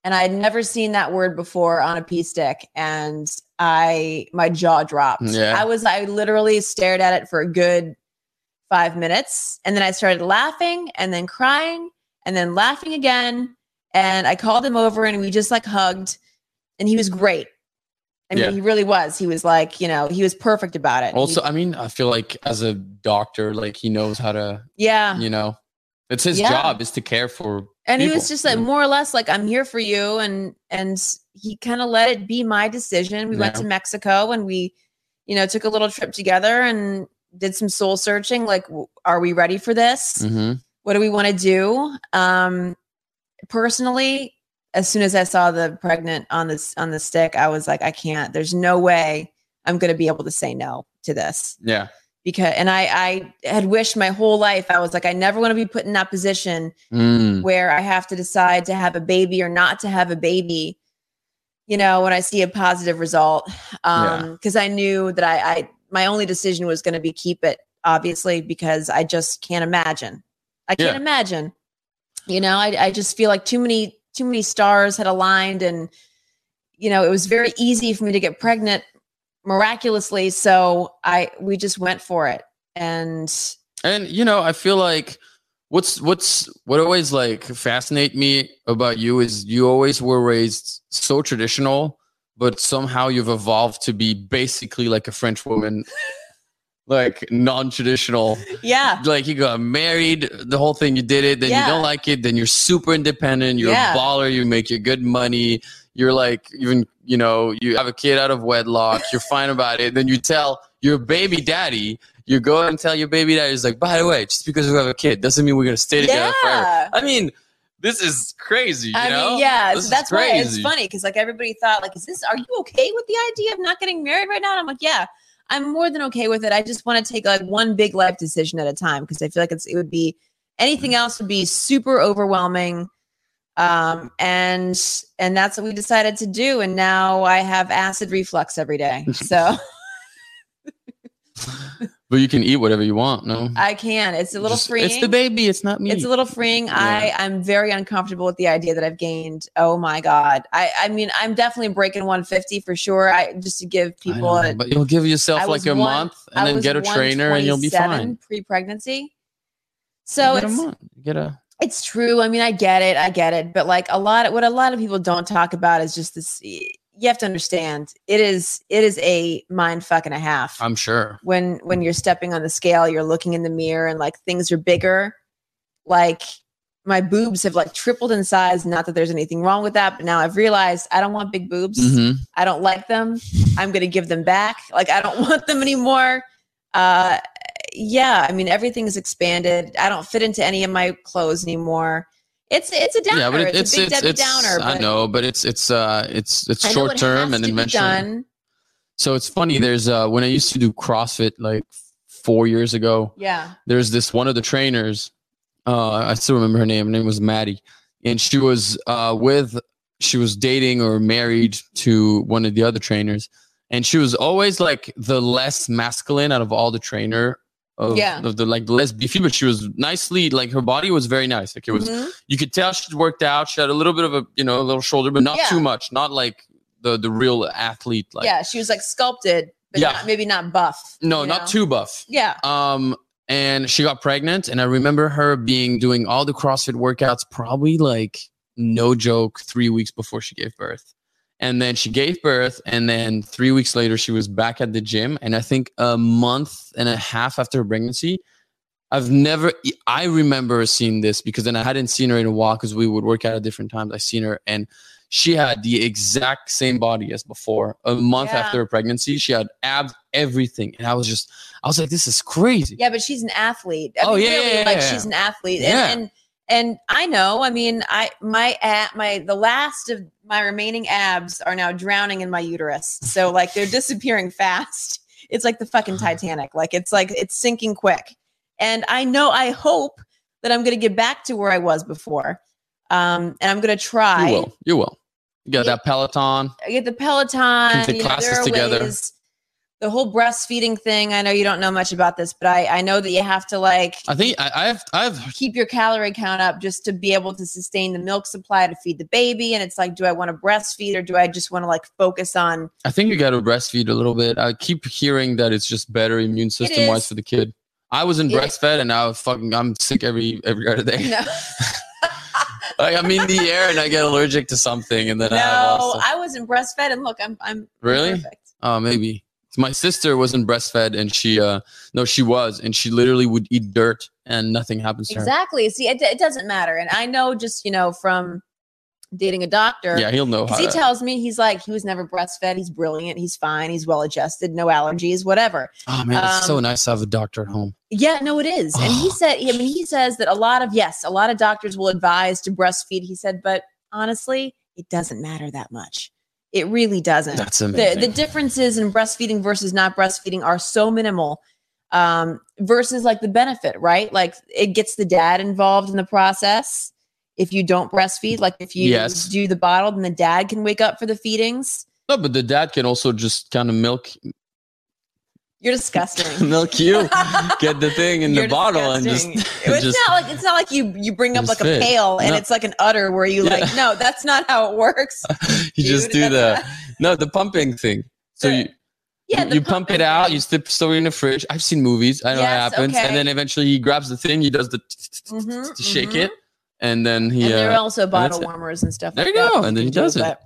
Speaker 2: and I had never seen that word before on a pee stick, and I my jaw dropped.
Speaker 3: Yeah.
Speaker 2: I was I literally stared at it for a good five minutes, and then I started laughing, and then crying, and then laughing again, and I called him over, and we just like hugged, and he was great. I mean,
Speaker 3: Yeah.
Speaker 2: he really was. He was like, you know, he was perfect about it.
Speaker 3: Also, I mean, I feel like as a doctor, like he knows how to,
Speaker 2: He- yeah.
Speaker 3: you know, it's his
Speaker 2: Uh-huh. Yeah.
Speaker 3: job is to care for.
Speaker 2: and he
Speaker 3: people,
Speaker 2: was just like
Speaker 3: you know?
Speaker 2: more or less like i'm here for you and and he kind of let it be my decision we went
Speaker 3: Yeah.
Speaker 2: to mexico and we you know took a little trip together and did some soul searching like w- are we ready for this
Speaker 3: Mhm.
Speaker 2: what do we want to do um personally as soon as i saw the pregnant on this on the stick i was like i can't there's no way i'm going to be able to say no to this
Speaker 3: Yeah.
Speaker 2: because and i i had wished my whole life i was like i never want to be put in that position
Speaker 3: Mm.
Speaker 2: where I have to decide to have a baby or not to have a baby, you know, when I see a positive result. Um, because I knew that I, I my only decision was gonna be keep it, obviously, because I just can't imagine. I can't
Speaker 3: Yeah.
Speaker 2: imagine. You know, I, I just feel like too many too many stars had aligned and you know, it was very easy for me to get pregnant miraculously. So I we just went for it. And
Speaker 3: And you know, I feel like what's what's what always like fascinate me about you is you always were raised so traditional, but somehow you've evolved to be basically like a French woman, (laughs) like non-traditional.
Speaker 2: yeah.
Speaker 3: Like you got married, the whole thing, you did it, then
Speaker 2: Yeah.
Speaker 3: you don't like it, then you're super independent, you're
Speaker 2: Yeah.
Speaker 3: a baller, you make your good money, you're like even you know, you have a kid out of wedlock,
Speaker 2: (laughs)
Speaker 3: you're fine about it, then you tell your baby daddy, you go and tell your baby daddy is like, by the way, just because we have a kid doesn't mean we're gonna stay together forever.
Speaker 2: Yeah.
Speaker 3: I mean, this is crazy, you
Speaker 2: I
Speaker 3: know?
Speaker 2: mean, yeah,
Speaker 3: This
Speaker 2: so
Speaker 3: is
Speaker 2: that's why it's
Speaker 3: crazy.
Speaker 2: funny because like everybody thought, like, is this? Are you okay with the idea of not getting married right now? And I'm like, yeah, I'm more than okay with it. I just want to take like one big life decision at a time because I feel like it's it would be anything else would be super overwhelming. Um, and and that's what we decided to do. And now I have acid reflux every day,
Speaker 3: (laughs)
Speaker 2: so
Speaker 3: But you can eat whatever you want, no?
Speaker 2: I can. It's a little
Speaker 3: Just-
Speaker 2: freeing.
Speaker 3: It's the baby, it's not me.
Speaker 2: It's a little freeing.
Speaker 3: Yeah.
Speaker 2: I I'm very uncomfortable with the idea that I've gained. Oh my god. I I mean I'm definitely breaking 150 for sure. I just to give
Speaker 3: I
Speaker 2: people.
Speaker 3: know,
Speaker 2: A,
Speaker 3: but you'll give yourself
Speaker 2: I
Speaker 3: like
Speaker 2: was
Speaker 3: a
Speaker 2: one-
Speaker 3: month and
Speaker 2: I
Speaker 3: then
Speaker 2: was
Speaker 3: get a trainer and you'll be
Speaker 2: 127
Speaker 3: fine.
Speaker 2: Pre-pregnancy. So
Speaker 3: You get a
Speaker 2: it's
Speaker 3: month, you get a
Speaker 2: it's true. I mean I get it. I get it. But like a lot of what a lot of people don't talk about is just this. You have to understand it is it is a mind fuck and a half.
Speaker 3: I'm sure.
Speaker 2: when when you're stepping on the scale you're looking in the mirror and like things are bigger like my boobs have like tripled in size not that there's anything wrong with that but now i've realized i don't want big boobs
Speaker 3: Mhm.
Speaker 2: i don't like them i'm going to give them back like i don't (laughs) want them anymore uh yeah i mean everything's expanded i don't fit into any of my clothes anymore it's it's a downer
Speaker 3: Yeah, but it-
Speaker 2: it's,
Speaker 3: it's
Speaker 2: a big
Speaker 3: it's,
Speaker 2: debbie
Speaker 3: it's-
Speaker 2: downer
Speaker 3: I
Speaker 2: but
Speaker 3: know, but it's it's uh it's it's
Speaker 2: I know
Speaker 3: short
Speaker 2: it
Speaker 3: term
Speaker 2: has
Speaker 3: and
Speaker 2: to be
Speaker 3: eventually.
Speaker 2: done.
Speaker 3: So it's funny. There's uh when I used to do CrossFit like four years ago.
Speaker 2: yeah
Speaker 3: There's this one of the trainers. Uh, I still remember her name. Her name was Maddie, and she was uh with she was dating or married to one of the other trainers, and she was always like the less masculine out of all the trainer. Of,
Speaker 2: Yeah.
Speaker 3: of the like less beefy, but she was nicely like her body was very nice. Like it was
Speaker 2: Mhm.
Speaker 3: you could tell she'd worked out. She had a little bit of a you know a little shoulder, but not
Speaker 2: Yeah.
Speaker 3: too much. Not like the the real athlete. Like
Speaker 2: yeah she was like sculpted but
Speaker 3: Yeah.
Speaker 2: not, maybe not buff
Speaker 3: no,
Speaker 2: you
Speaker 3: not
Speaker 2: know?
Speaker 3: too buff.
Speaker 2: yeah
Speaker 3: Um, and she got pregnant, and I remember her being doing all the CrossFit workouts, probably like no joke, three weeks before she gave birth. And then she gave birth, and then three weeks later, she was back at the gym. And I think a month and a half after her pregnancy, I've never, I remember seeing this because then I hadn't seen her in a while because we would work out at different times. I seen her, and she had the exact same body as before. A month
Speaker 2: Yeah.
Speaker 3: after her pregnancy, she had abs, everything. And I was just, I was like, this is crazy.
Speaker 2: Yeah, but she's an athlete. I
Speaker 3: Oh,
Speaker 2: mean,
Speaker 3: yeah,
Speaker 2: really,
Speaker 3: yeah,
Speaker 2: like
Speaker 3: yeah,
Speaker 2: she's an athlete.
Speaker 3: Yeah.
Speaker 2: And, and and I know. I mean, I my at my the last of my remaining abs are now drowning in my uterus. So like they're disappearing fast. It's like the
Speaker 3: (sighs)
Speaker 2: fucking Titanic. Like it's like it's sinking quick. And I know. I hope that I'm going to get back to where I was before. Um, and I'm going to try.
Speaker 3: You will. You will. You got
Speaker 2: Yeah.
Speaker 3: that Peloton.
Speaker 2: I get the Peloton.
Speaker 3: take
Speaker 2: you know, there
Speaker 3: classes
Speaker 2: are
Speaker 3: together.
Speaker 2: ways- the whole breastfeeding thing. I know you don't know much about this, but I, I know that you have to like
Speaker 3: I think I, I've I've
Speaker 2: keep your calorie count up just to be able to sustain the milk supply to feed the baby. And it's like, do I want to breastfeed or do I just want to like focus on? (laughs)
Speaker 3: I think you got to breastfeed a little bit. I keep hearing that it's just better immune system wise
Speaker 2: is.
Speaker 3: for the kid. I was in
Speaker 2: It-
Speaker 3: breastfed and now fucking I'm sick every every other day.
Speaker 2: No,
Speaker 3: (laughs) like I'm in the air and I get allergic to something and then I have
Speaker 2: no
Speaker 3: also,
Speaker 2: I wasn't breastfed, and look, I'm I'm
Speaker 3: Really?
Speaker 2: perfect.
Speaker 3: oh maybe. My sister wasn't breastfed and she uh no she was and she literally would eat dirt and nothing happens to
Speaker 2: Exactly. See, it, it doesn't matter, and I know just you know from dating a doctor.
Speaker 3: her. Yeah, he'll know how.
Speaker 2: Because he
Speaker 3: to-
Speaker 2: tells me he's like he was never breastfed. He's brilliant. He's fine. He's well adjusted. No allergies. Whatever.
Speaker 3: oh man, it's so
Speaker 2: um,
Speaker 3: nice to have a doctor at home.
Speaker 2: Yeah, no, it is. And
Speaker 3: Oh.
Speaker 2: he said, I mean, he says that a lot of yes, a lot of doctors will advise to breastfeed. He said, but honestly, it doesn't matter that much. It really doesn't.
Speaker 3: That's
Speaker 2: The,
Speaker 3: amazing.
Speaker 2: the differences in breastfeeding versus not breastfeeding are so minimal um, versus like the benefit, right? Like it gets the dad involved in the process. If you don't breastfeed, like if you
Speaker 3: Yes.
Speaker 2: do the bottle, then the dad can wake up for the feedings.
Speaker 3: no, but the dad can also just kind of milk (laughs)
Speaker 2: You're disgusting.
Speaker 3: milk you,
Speaker 2: (laughs)
Speaker 3: get the thing in
Speaker 2: You're
Speaker 3: the bottle and just
Speaker 2: disgusting.
Speaker 3: (laughs)
Speaker 2: it's
Speaker 3: just-
Speaker 2: not like it's not like you you bring up like
Speaker 3: Just
Speaker 2: a
Speaker 3: fit.
Speaker 2: pail and
Speaker 3: No.
Speaker 2: it's like an udder where you
Speaker 3: Yeah.
Speaker 2: like no that's not how it works.
Speaker 3: you just
Speaker 2: dude.
Speaker 3: do
Speaker 2: That's (laughs)
Speaker 3: the no the pumping thing. (laughs) So
Speaker 2: The-
Speaker 3: you
Speaker 2: Yeah,
Speaker 3: you,
Speaker 2: the
Speaker 3: you pump it
Speaker 2: pumping
Speaker 3: out,
Speaker 2: thing.
Speaker 3: you slip story in the fridge. I've seen movies. I know
Speaker 2: Yes,
Speaker 3: what happens,
Speaker 2: okay.
Speaker 3: and then eventually he grabs the thing, he does the
Speaker 2: Mhm,
Speaker 3: to shake
Speaker 2: mhm.
Speaker 3: it, and then he
Speaker 2: And there are
Speaker 3: uh,
Speaker 2: also bottle
Speaker 3: it.
Speaker 2: warmers and stuff.
Speaker 3: There
Speaker 2: like
Speaker 3: you
Speaker 2: that
Speaker 3: go,
Speaker 2: that
Speaker 3: and then
Speaker 2: can
Speaker 3: he does
Speaker 2: do,
Speaker 3: it.
Speaker 2: but-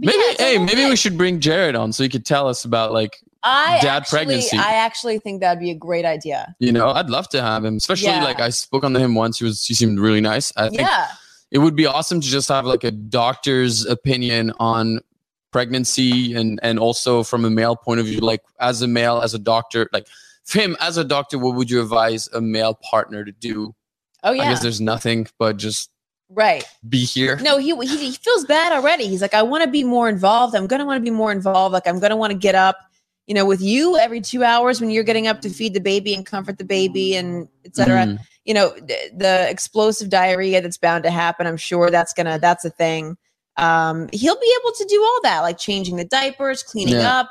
Speaker 2: but
Speaker 3: maybe
Speaker 2: yeah, it's a
Speaker 3: hey
Speaker 2: whole
Speaker 3: maybe we
Speaker 2: thing.
Speaker 3: should bring Jared on so he could tell us about like
Speaker 2: I
Speaker 3: dad
Speaker 2: actually-
Speaker 3: pregnancy.
Speaker 2: I actually think that'd be a great idea.
Speaker 3: you know I'd love to have him, especially
Speaker 2: Yeah.
Speaker 3: like I spoke on him once. He was he seemed really nice. I think
Speaker 2: Yeah,
Speaker 3: it would be awesome to just have like a doctor's opinion on pregnancy and and also from a male point of view like as a male as a doctor like for him as a doctor what would you advise a male partner to do
Speaker 2: oh
Speaker 3: i
Speaker 2: yeah,
Speaker 3: guess there's nothing but just
Speaker 2: right.
Speaker 3: be here
Speaker 2: No, he, he he feels bad already. He's like, I want to be more involved. I'm gonna want to be more involved. Like I'm gonna want to get up, you know, with you every two hours when you're getting up to feed the baby and comfort the baby and etc.
Speaker 3: Mm.
Speaker 2: you know th- the explosive diarrhea that's bound to happen i'm sure that's gonna that's a thing um he'll be able to do all that like changing the diapers cleaning
Speaker 3: Yeah.
Speaker 2: up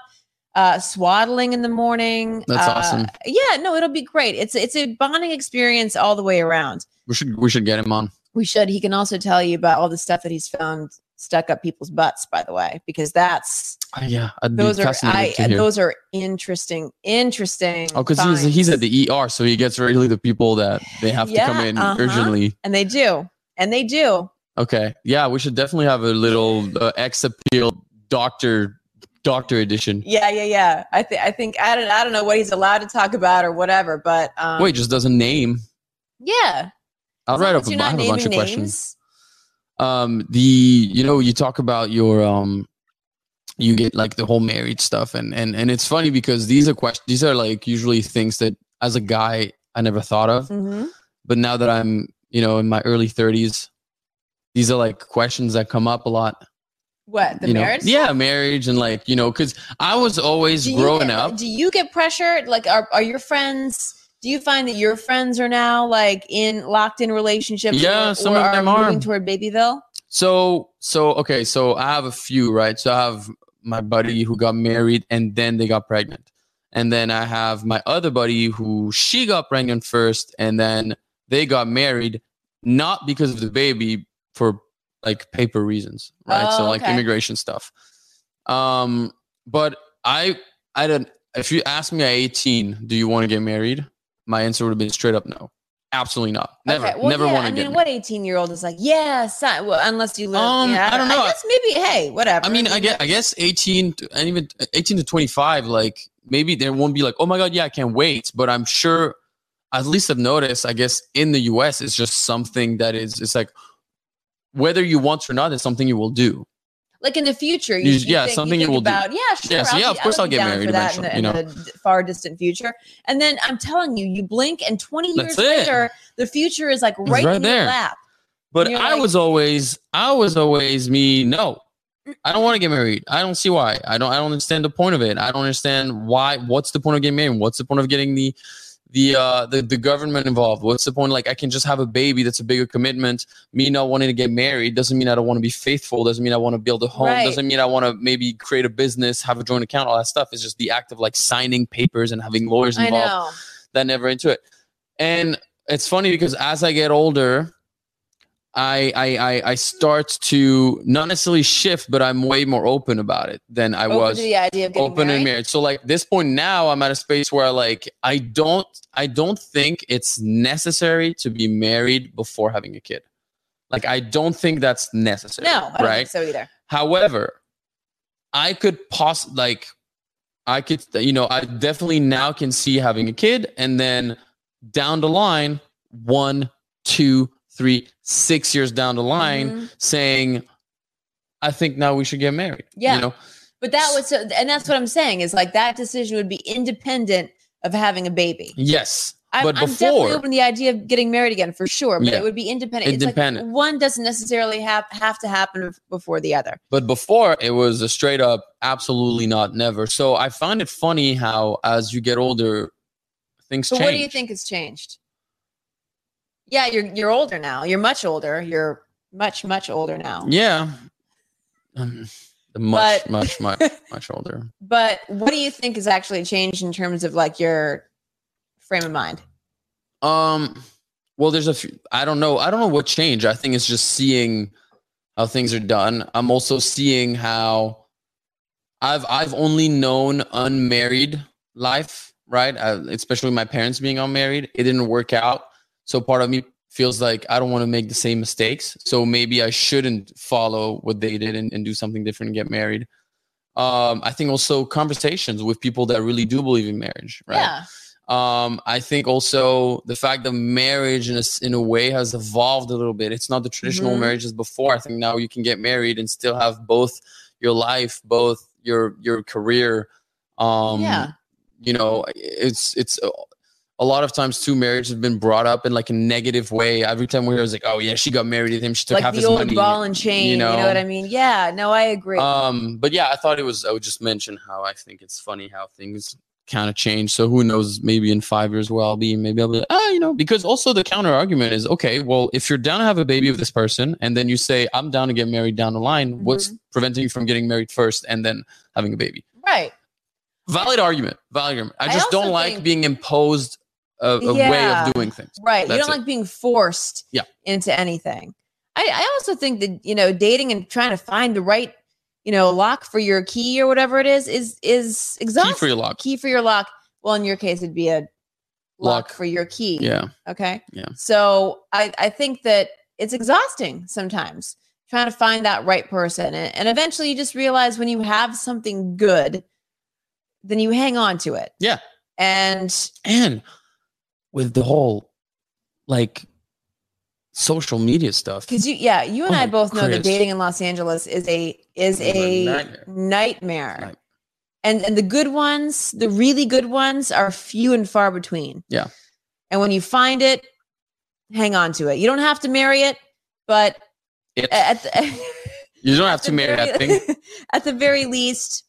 Speaker 2: uh swaddling in the morning
Speaker 3: That's
Speaker 2: uh,
Speaker 3: awesome.
Speaker 2: yeah no it'll be great it's it's a bonding experience all the way around
Speaker 3: we should we should get him on
Speaker 2: we should he can also tell you about all the stuff that he's found stuck up people's butts by the way because that's
Speaker 3: Uh, yeah i'd
Speaker 2: those
Speaker 3: be
Speaker 2: are
Speaker 3: fascinated
Speaker 2: i
Speaker 3: to hear
Speaker 2: those are interesting interesting
Speaker 3: oh because he's, he's at
Speaker 2: finds.
Speaker 3: the er so he gets really the people that they have
Speaker 2: Yeah,
Speaker 3: to come in
Speaker 2: uh-huh.
Speaker 3: urgently
Speaker 2: and they do and they do
Speaker 3: Okay. Yeah, we should definitely have a little uh, ex appeal doctor doctor edition.
Speaker 2: Yeah, yeah, yeah. I think I think I don't I don't know what he's allowed to talk about or whatever, but um,
Speaker 3: Wait, just doesn't name.
Speaker 2: yeah.
Speaker 3: I'll
Speaker 2: As long
Speaker 3: write up
Speaker 2: as
Speaker 3: a,
Speaker 2: you're
Speaker 3: bu- I
Speaker 2: not
Speaker 3: have a bunch of
Speaker 2: naming
Speaker 3: questions.
Speaker 2: names.
Speaker 3: Um, the you know you talk about your um, you get like the whole marriage stuff, and and and it's funny because these are questions. These are like usually things that as a guy I never thought of,
Speaker 2: Mhm.
Speaker 3: but now that I'm you know in my early thirties, these are like questions that come up a lot.
Speaker 2: What the
Speaker 3: you know?
Speaker 2: marriage?
Speaker 3: Yeah, marriage and like you know because I was always
Speaker 2: Do you
Speaker 3: growing
Speaker 2: get-
Speaker 3: up.
Speaker 2: Do you get pressured? Like, are are your friends? Do you find that your friends are now like in locked in relationships?
Speaker 3: Yeah,
Speaker 2: or,
Speaker 3: some
Speaker 2: or
Speaker 3: of them are.
Speaker 2: moving toward Babyville.
Speaker 3: So so okay, so I have a few, right? So I have my buddy who got married and then they got pregnant. And then I have my other buddy who she got pregnant first and then they got married not because of the baby for like paper reasons, right? so
Speaker 2: Oh,
Speaker 3: like
Speaker 2: okay.
Speaker 3: immigration stuff. Um but I I don't if you asked me at 18, do you want to get married? My answer would have been straight up no. Absolutely not. Never.
Speaker 2: Okay. Well,
Speaker 3: never
Speaker 2: yeah,
Speaker 3: want to
Speaker 2: I
Speaker 3: get
Speaker 2: mean,
Speaker 3: married.
Speaker 2: what eighteen year old is like? Yeah, son, well, unless you live.
Speaker 3: Um,
Speaker 2: yeah,
Speaker 3: I don't know.
Speaker 2: I guess maybe. Hey, whatever.
Speaker 3: I mean, I guess, I guess 18 to, and even 18 to 25, like maybe there won't be like, oh my God, yeah, I can't wait. But I'm sure, at least I've noticed, I guess in the US, it's just something that is, it's like, whether you want to or not, it's something you will do.
Speaker 2: like in the future,
Speaker 3: You- yeah, something you
Speaker 2: think
Speaker 3: will do.
Speaker 2: about, Yeah, sure.
Speaker 3: Yeah, so yeah, of course I'll
Speaker 2: be
Speaker 3: get
Speaker 2: down
Speaker 3: married
Speaker 2: for that
Speaker 3: eventually,
Speaker 2: in, the-
Speaker 3: you
Speaker 2: in the far distant future. And then I'm telling you, you blink, and 20 years
Speaker 3: That's it.
Speaker 2: later, the future is like right,
Speaker 3: right
Speaker 2: in
Speaker 3: there.
Speaker 2: your lap.
Speaker 3: But
Speaker 2: You're
Speaker 3: I
Speaker 2: like-
Speaker 3: was always, I was always me. No, I don't want to get married. I don't see why. I don't. I don't understand the point of it. I don't understand why. What's the point of getting married? What's the point of getting the the uh the, the government involved what's the point like i can just have a baby that's a bigger commitment me not wanting to get married doesn't mean i don't want to be faithful doesn't mean i want to build a home
Speaker 2: Right.
Speaker 3: doesn't mean i want to maybe create a business have a joint account all that stuff it's just the act of like signing papers and having lawyers
Speaker 2: I
Speaker 3: involved
Speaker 2: know.
Speaker 3: that never into it and it's funny because as i get older I, I I I start to not necessarily shift, but I'm way more open about it than I
Speaker 2: Open
Speaker 3: was
Speaker 2: to the idea of getting
Speaker 3: open
Speaker 2: married.
Speaker 3: and married. So like this point now, I'm at a space where like I don't I don't think it's necessary to be married before having a kid. Like I don't think that's necessary.
Speaker 2: No, I don't
Speaker 3: right.
Speaker 2: think so either.
Speaker 3: However, I could poss like I could you know I definitely now can see having a kid, and then down the line, one, two, three, six years down the line,
Speaker 2: Mhm.
Speaker 3: saying, I think now we should get married.
Speaker 2: Yeah.
Speaker 3: You know.
Speaker 2: But that was so, and that's what I'm saying is like that decision would be independent of having a baby.
Speaker 3: Yes.
Speaker 2: I'm,
Speaker 3: but
Speaker 2: I'm definitely
Speaker 3: before
Speaker 2: open to the idea of getting married again for sure, but
Speaker 3: Yeah.
Speaker 2: it would be independent. It's
Speaker 3: Independent.
Speaker 2: like one doesn't necessarily have have to happen before the other.
Speaker 3: But before it was a straight up, absolutely not, never. So I find it funny how as you get older, things
Speaker 2: So
Speaker 3: change.
Speaker 2: what do you think has changed? Yeah, you're you're older now. You're much older. You're much much older now.
Speaker 3: Yeah. Um, much,
Speaker 2: But-
Speaker 3: much, much,
Speaker 2: (laughs)
Speaker 3: much older.
Speaker 2: But what do you think has actually changed in terms of like your frame of mind?
Speaker 3: Um, well, there's a few. I don't know. I don't know what changed. I think it's just seeing how things are done. I'm also seeing how I've I've only known unmarried life, right? Uh especially my parents being unmarried, it didn't work out. So part of me feels like I don't want to make the same mistakes. So maybe I shouldn't follow what they did and, and do something different and get married. Um, I think also conversations with people that really do believe in marriage, right?
Speaker 2: Yeah.
Speaker 3: Um, I think also the fact that marriage in a, s- in a way has evolved a little bit. It's not the traditional
Speaker 2: Mhm.
Speaker 3: marriages before. I think now you can get married and still have both your life, both your your career. Um,
Speaker 2: Yeah.
Speaker 3: You know, it's it's uh, a lot of times too. Marriage has been brought up in like a negative way. Every time we hear, it's like, oh yeah, she got married to him. She took
Speaker 2: Like
Speaker 3: half
Speaker 2: the
Speaker 3: his
Speaker 2: old
Speaker 3: money.
Speaker 2: ball and chain. You know,
Speaker 3: know?
Speaker 2: what I mean? Yeah. No, I agree.
Speaker 3: Um, but yeah, I thought it was. I would just mention how I think it's funny how things kind of change. So who knows? Maybe in five years, where I'll be, maybe I'll be. Like, ah, you know, because also the counter argument is okay. Well, if you're down to have a baby with this person, and then you say I'm down to get married down the line,
Speaker 2: Mm-hmm.
Speaker 3: what's preventing you from getting married first and then having a baby?
Speaker 2: right.
Speaker 3: Valid argument. Valid argument. I
Speaker 2: I
Speaker 3: just
Speaker 2: also
Speaker 3: don't like
Speaker 2: think-
Speaker 3: being imposed a, a way
Speaker 2: Yeah.
Speaker 3: of doing things.
Speaker 2: Right. you
Speaker 3: That's
Speaker 2: don't
Speaker 3: it.
Speaker 2: like being forced
Speaker 3: Yeah.
Speaker 2: into anything. I, I also think that, you know, dating and trying to find the right, you know, lock for your key or whatever it is is is exhausting.
Speaker 3: Key for your lock.
Speaker 2: Key for your lock. Well, in your case it'd be a lock,
Speaker 3: Lock.
Speaker 2: for your key.
Speaker 3: Yeah.
Speaker 2: Okay.
Speaker 3: Yeah.
Speaker 2: So I, I think that it's exhausting sometimes trying to find that right person. And, and eventually you just realize when you have something good, then you hang on to it.
Speaker 3: Yeah.
Speaker 2: And
Speaker 3: and with the whole like social media stuff
Speaker 2: Because you, yeah, you and
Speaker 3: Oh
Speaker 2: I
Speaker 3: my
Speaker 2: both know that
Speaker 3: Christ.
Speaker 2: dating in Los Angeles is a is
Speaker 3: Is
Speaker 2: a
Speaker 3: a
Speaker 2: nightmare,
Speaker 3: nightmare. Night-
Speaker 2: and and the good ones, the really good ones, are few and far between.
Speaker 3: Yeah.
Speaker 2: and when you find it, hang on to it. You don't have to marry it, but
Speaker 3: It-
Speaker 2: at the, (laughs)
Speaker 3: you don't have
Speaker 2: at
Speaker 3: to
Speaker 2: the
Speaker 3: marry that
Speaker 2: very- (laughs)
Speaker 3: thing
Speaker 2: at the very least,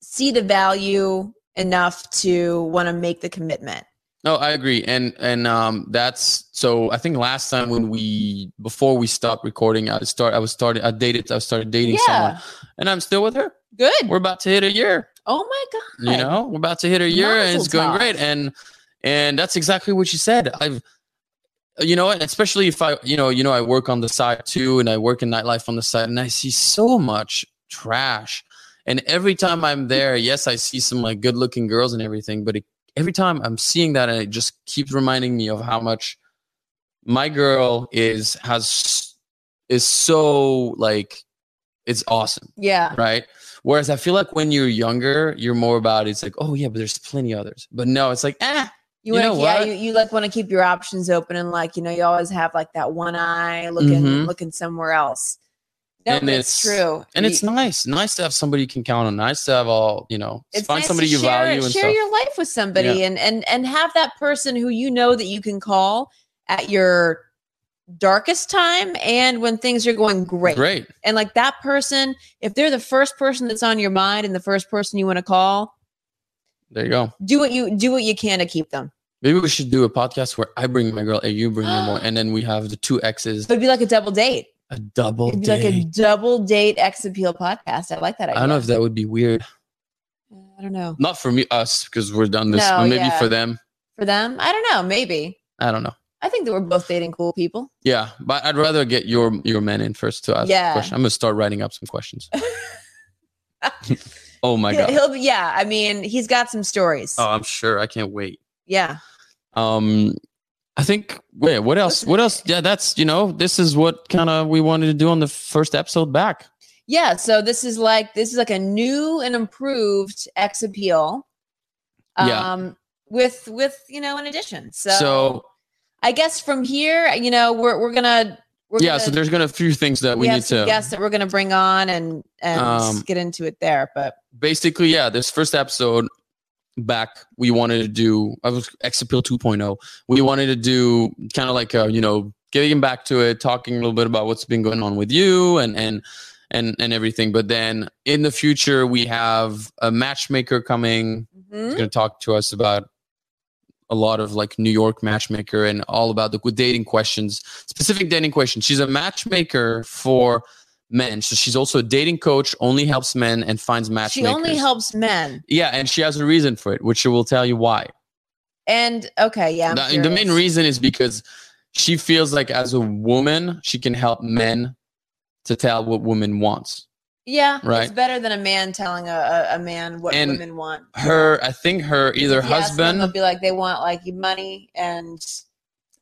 Speaker 2: see the value enough to want to make the commitment.
Speaker 3: no i agree and and um that's so i think last time when we before we stopped recording i start i was started i dated i started dating someone
Speaker 2: yeah,
Speaker 3: and i'm still with her
Speaker 2: good.
Speaker 3: we're about to hit a year
Speaker 2: Oh my god,
Speaker 3: you know we're about to hit a year and it's
Speaker 2: Mazel
Speaker 3: going
Speaker 2: tov.
Speaker 3: great and and that's exactly what you said i've you know and especially if i you know you know i work on the side too and i work in nightlife on the side and i see so much trash and every time i'm there yes i see some like good looking girls and everything but it, every time i'm seeing that and it just keeps reminding me of how much my girl is has is so like it's awesome
Speaker 2: Yeah,
Speaker 3: right? Whereas I feel like when you're younger, you're more about it's like, oh yeah, but there's plenty others. But no, it's like, ah,
Speaker 2: You,
Speaker 3: You
Speaker 2: want
Speaker 3: know
Speaker 2: to, yeah,
Speaker 3: what?
Speaker 2: you, you like want to keep your options open and like you know you always have like that one eye looking
Speaker 3: Mhm.
Speaker 2: looking somewhere else. No,
Speaker 3: And
Speaker 2: and it's,
Speaker 3: it's-
Speaker 2: true,
Speaker 3: and
Speaker 2: You-
Speaker 3: it's nice, nice to have somebody you can count on. Nice to have all you know,
Speaker 2: it's
Speaker 3: find
Speaker 2: nice
Speaker 3: somebody
Speaker 2: to
Speaker 3: you
Speaker 2: share,
Speaker 3: value and
Speaker 2: share
Speaker 3: stuff.
Speaker 2: your life with somebody and and and have that person who you know that you can call at your darkest time and when things are going great.
Speaker 3: Great,
Speaker 2: And like that person, if they're the first person that's on your mind and the first person you want to call,
Speaker 3: there you go.
Speaker 2: do what you do what you can to keep them.
Speaker 3: Maybe we should do a podcast where I bring my girl and you bring your boy, and then we have the two exes,
Speaker 2: It'd be like a double date.
Speaker 3: a double
Speaker 2: It'd be like a
Speaker 3: date.
Speaker 2: double date ex appeal podcast. I like that
Speaker 3: I
Speaker 2: idea.
Speaker 3: don't know if that would be weird.
Speaker 2: I don't know.
Speaker 3: Not for me, us, because we're done this.
Speaker 2: No,
Speaker 3: but maybe
Speaker 2: yeah.
Speaker 3: for them,
Speaker 2: For them, I don't know. Maybe.
Speaker 3: I don't know.
Speaker 2: I think that we're both dating cool people.
Speaker 3: Yeah, but I'd rather get your your men in first to ask.
Speaker 2: Yeah.
Speaker 3: Yeah. Question. I'm gonna start writing up some
Speaker 2: (laughs)
Speaker 3: questions. (laughs) oh my
Speaker 2: He'll-
Speaker 3: god.
Speaker 2: He'll be, yeah. I mean, he's got some stories.
Speaker 3: Oh, I'm sure. I can't wait.
Speaker 2: Yeah.
Speaker 3: Um, I think. Wait, what else? What else? Yeah, that's you know, this is what kind of we wanted to do on the first episode back.
Speaker 2: Yeah. So this is like, this is like a new and improved ex appeal. Um,
Speaker 3: Yeah.
Speaker 2: With, with, you know, in addition. So,
Speaker 3: So,
Speaker 2: I guess from here, you know, we're, we're going to, we're
Speaker 3: yeah,
Speaker 2: gonna,
Speaker 3: so there's gonna a few things that
Speaker 2: we,
Speaker 3: we,
Speaker 2: have
Speaker 3: need
Speaker 2: some
Speaker 3: to
Speaker 2: guests that we're going to bring on and, and
Speaker 3: Um,
Speaker 2: get into it there. But
Speaker 3: basically. Yeah, this first episode back we wanted to do i was x appeal 2.0 we wanted to do kind of like a, you know getting back to it talking a little bit about what's been going on with you and and and and everything but then in the future we have a matchmaker coming
Speaker 2: Mhm.
Speaker 3: He's going to talk to us about a lot of like New York matchmaker and all about the good dating questions, specific dating questions. She's a matchmaker for men, so she's also a dating coach. Only helps men and finds
Speaker 2: she
Speaker 3: matchmakers.
Speaker 2: only helps men.
Speaker 3: yeah, and she has a reason for it, which she will tell you why.
Speaker 2: And okay. Yeah. I'm
Speaker 3: The- the main
Speaker 2: curious.
Speaker 3: reason is because she feels like as a woman, she can help men to tell what women wants.
Speaker 2: Yeah, it's
Speaker 3: Right.
Speaker 2: better than a man telling a, a, a man what
Speaker 3: And
Speaker 2: women want.
Speaker 3: Her, I think her either
Speaker 2: If you ask them,
Speaker 3: husband
Speaker 2: they'll be like they want like money and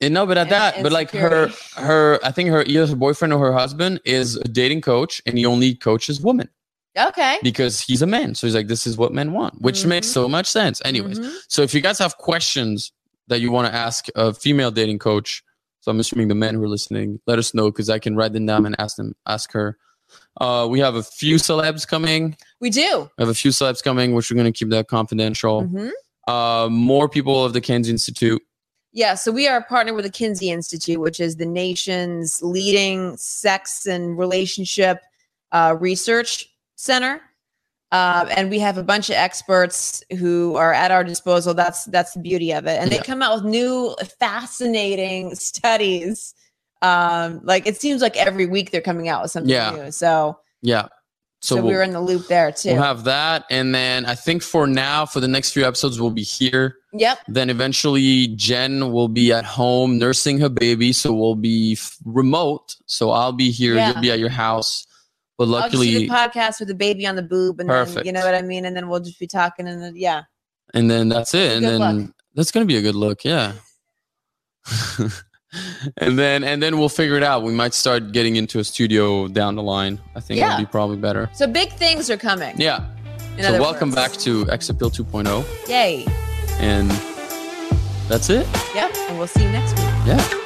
Speaker 3: And no, but at
Speaker 2: and-
Speaker 3: that,
Speaker 2: and
Speaker 3: but like her, her, I think her either her boyfriend or her husband is a dating coach, and he only coaches women
Speaker 2: okay.
Speaker 3: because he's a man. So he's like, this is what men want, which
Speaker 2: Mhm.
Speaker 3: makes so much sense. Anyways,
Speaker 2: Mhm.
Speaker 3: so if you guys have questions that you want to ask a female dating coach, so I'm assuming the men who are listening, let us know because I can write them down and ask them, ask her. Uh, we have a few celebs coming.
Speaker 2: we do.
Speaker 3: We have a few celebs coming, which we're gonna keep that confidential.
Speaker 2: Mhm.
Speaker 3: Uh, more people of the Kenzie Institute.
Speaker 2: Yeah, so we are partnered with the Kinsey Institute, which is the nation's leading sex and relationship uh, research center. Uh, and we have a bunch of experts who are at our disposal. That's that's the beauty of it. And they
Speaker 3: Yeah.
Speaker 2: come out with new, fascinating (laughs) studies. Um, like it seems like every week they're coming out with something
Speaker 3: Yeah.
Speaker 2: new. So,
Speaker 3: Yeah.
Speaker 2: so,
Speaker 3: we'll-
Speaker 2: we're in the loop there too.
Speaker 3: We'll have that. And then I think for now, for the next few episodes, we'll be here.
Speaker 2: yep.
Speaker 3: Then eventually, Jen will be at home nursing her baby. So we'll be f- remote. So I'll be here.
Speaker 2: Yeah.
Speaker 3: You'll be at your house. But
Speaker 2: I'll just do
Speaker 3: luckily,
Speaker 2: the podcast with the baby on the boob, and then, you
Speaker 3: Perfect.
Speaker 2: know what I mean. And then we'll just be talking, and then, yeah.
Speaker 3: and then that's it.
Speaker 2: a
Speaker 3: And
Speaker 2: good
Speaker 3: then that's going to be a good look. Yeah. (laughs) and then and then we'll figure it out. We might start getting into a studio down the line. I think
Speaker 2: Yeah.
Speaker 3: it'll be probably better.
Speaker 2: So big things are coming.
Speaker 3: Yeah.
Speaker 2: in
Speaker 3: so
Speaker 2: other
Speaker 3: welcome
Speaker 2: words.
Speaker 3: back to X Appeal 2.0
Speaker 2: Yay.
Speaker 3: and that's it.
Speaker 2: Yep. And we'll see you next week.
Speaker 3: Yeah.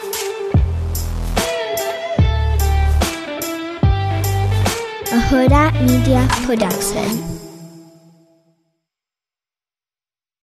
Speaker 4: a Huda Media Production.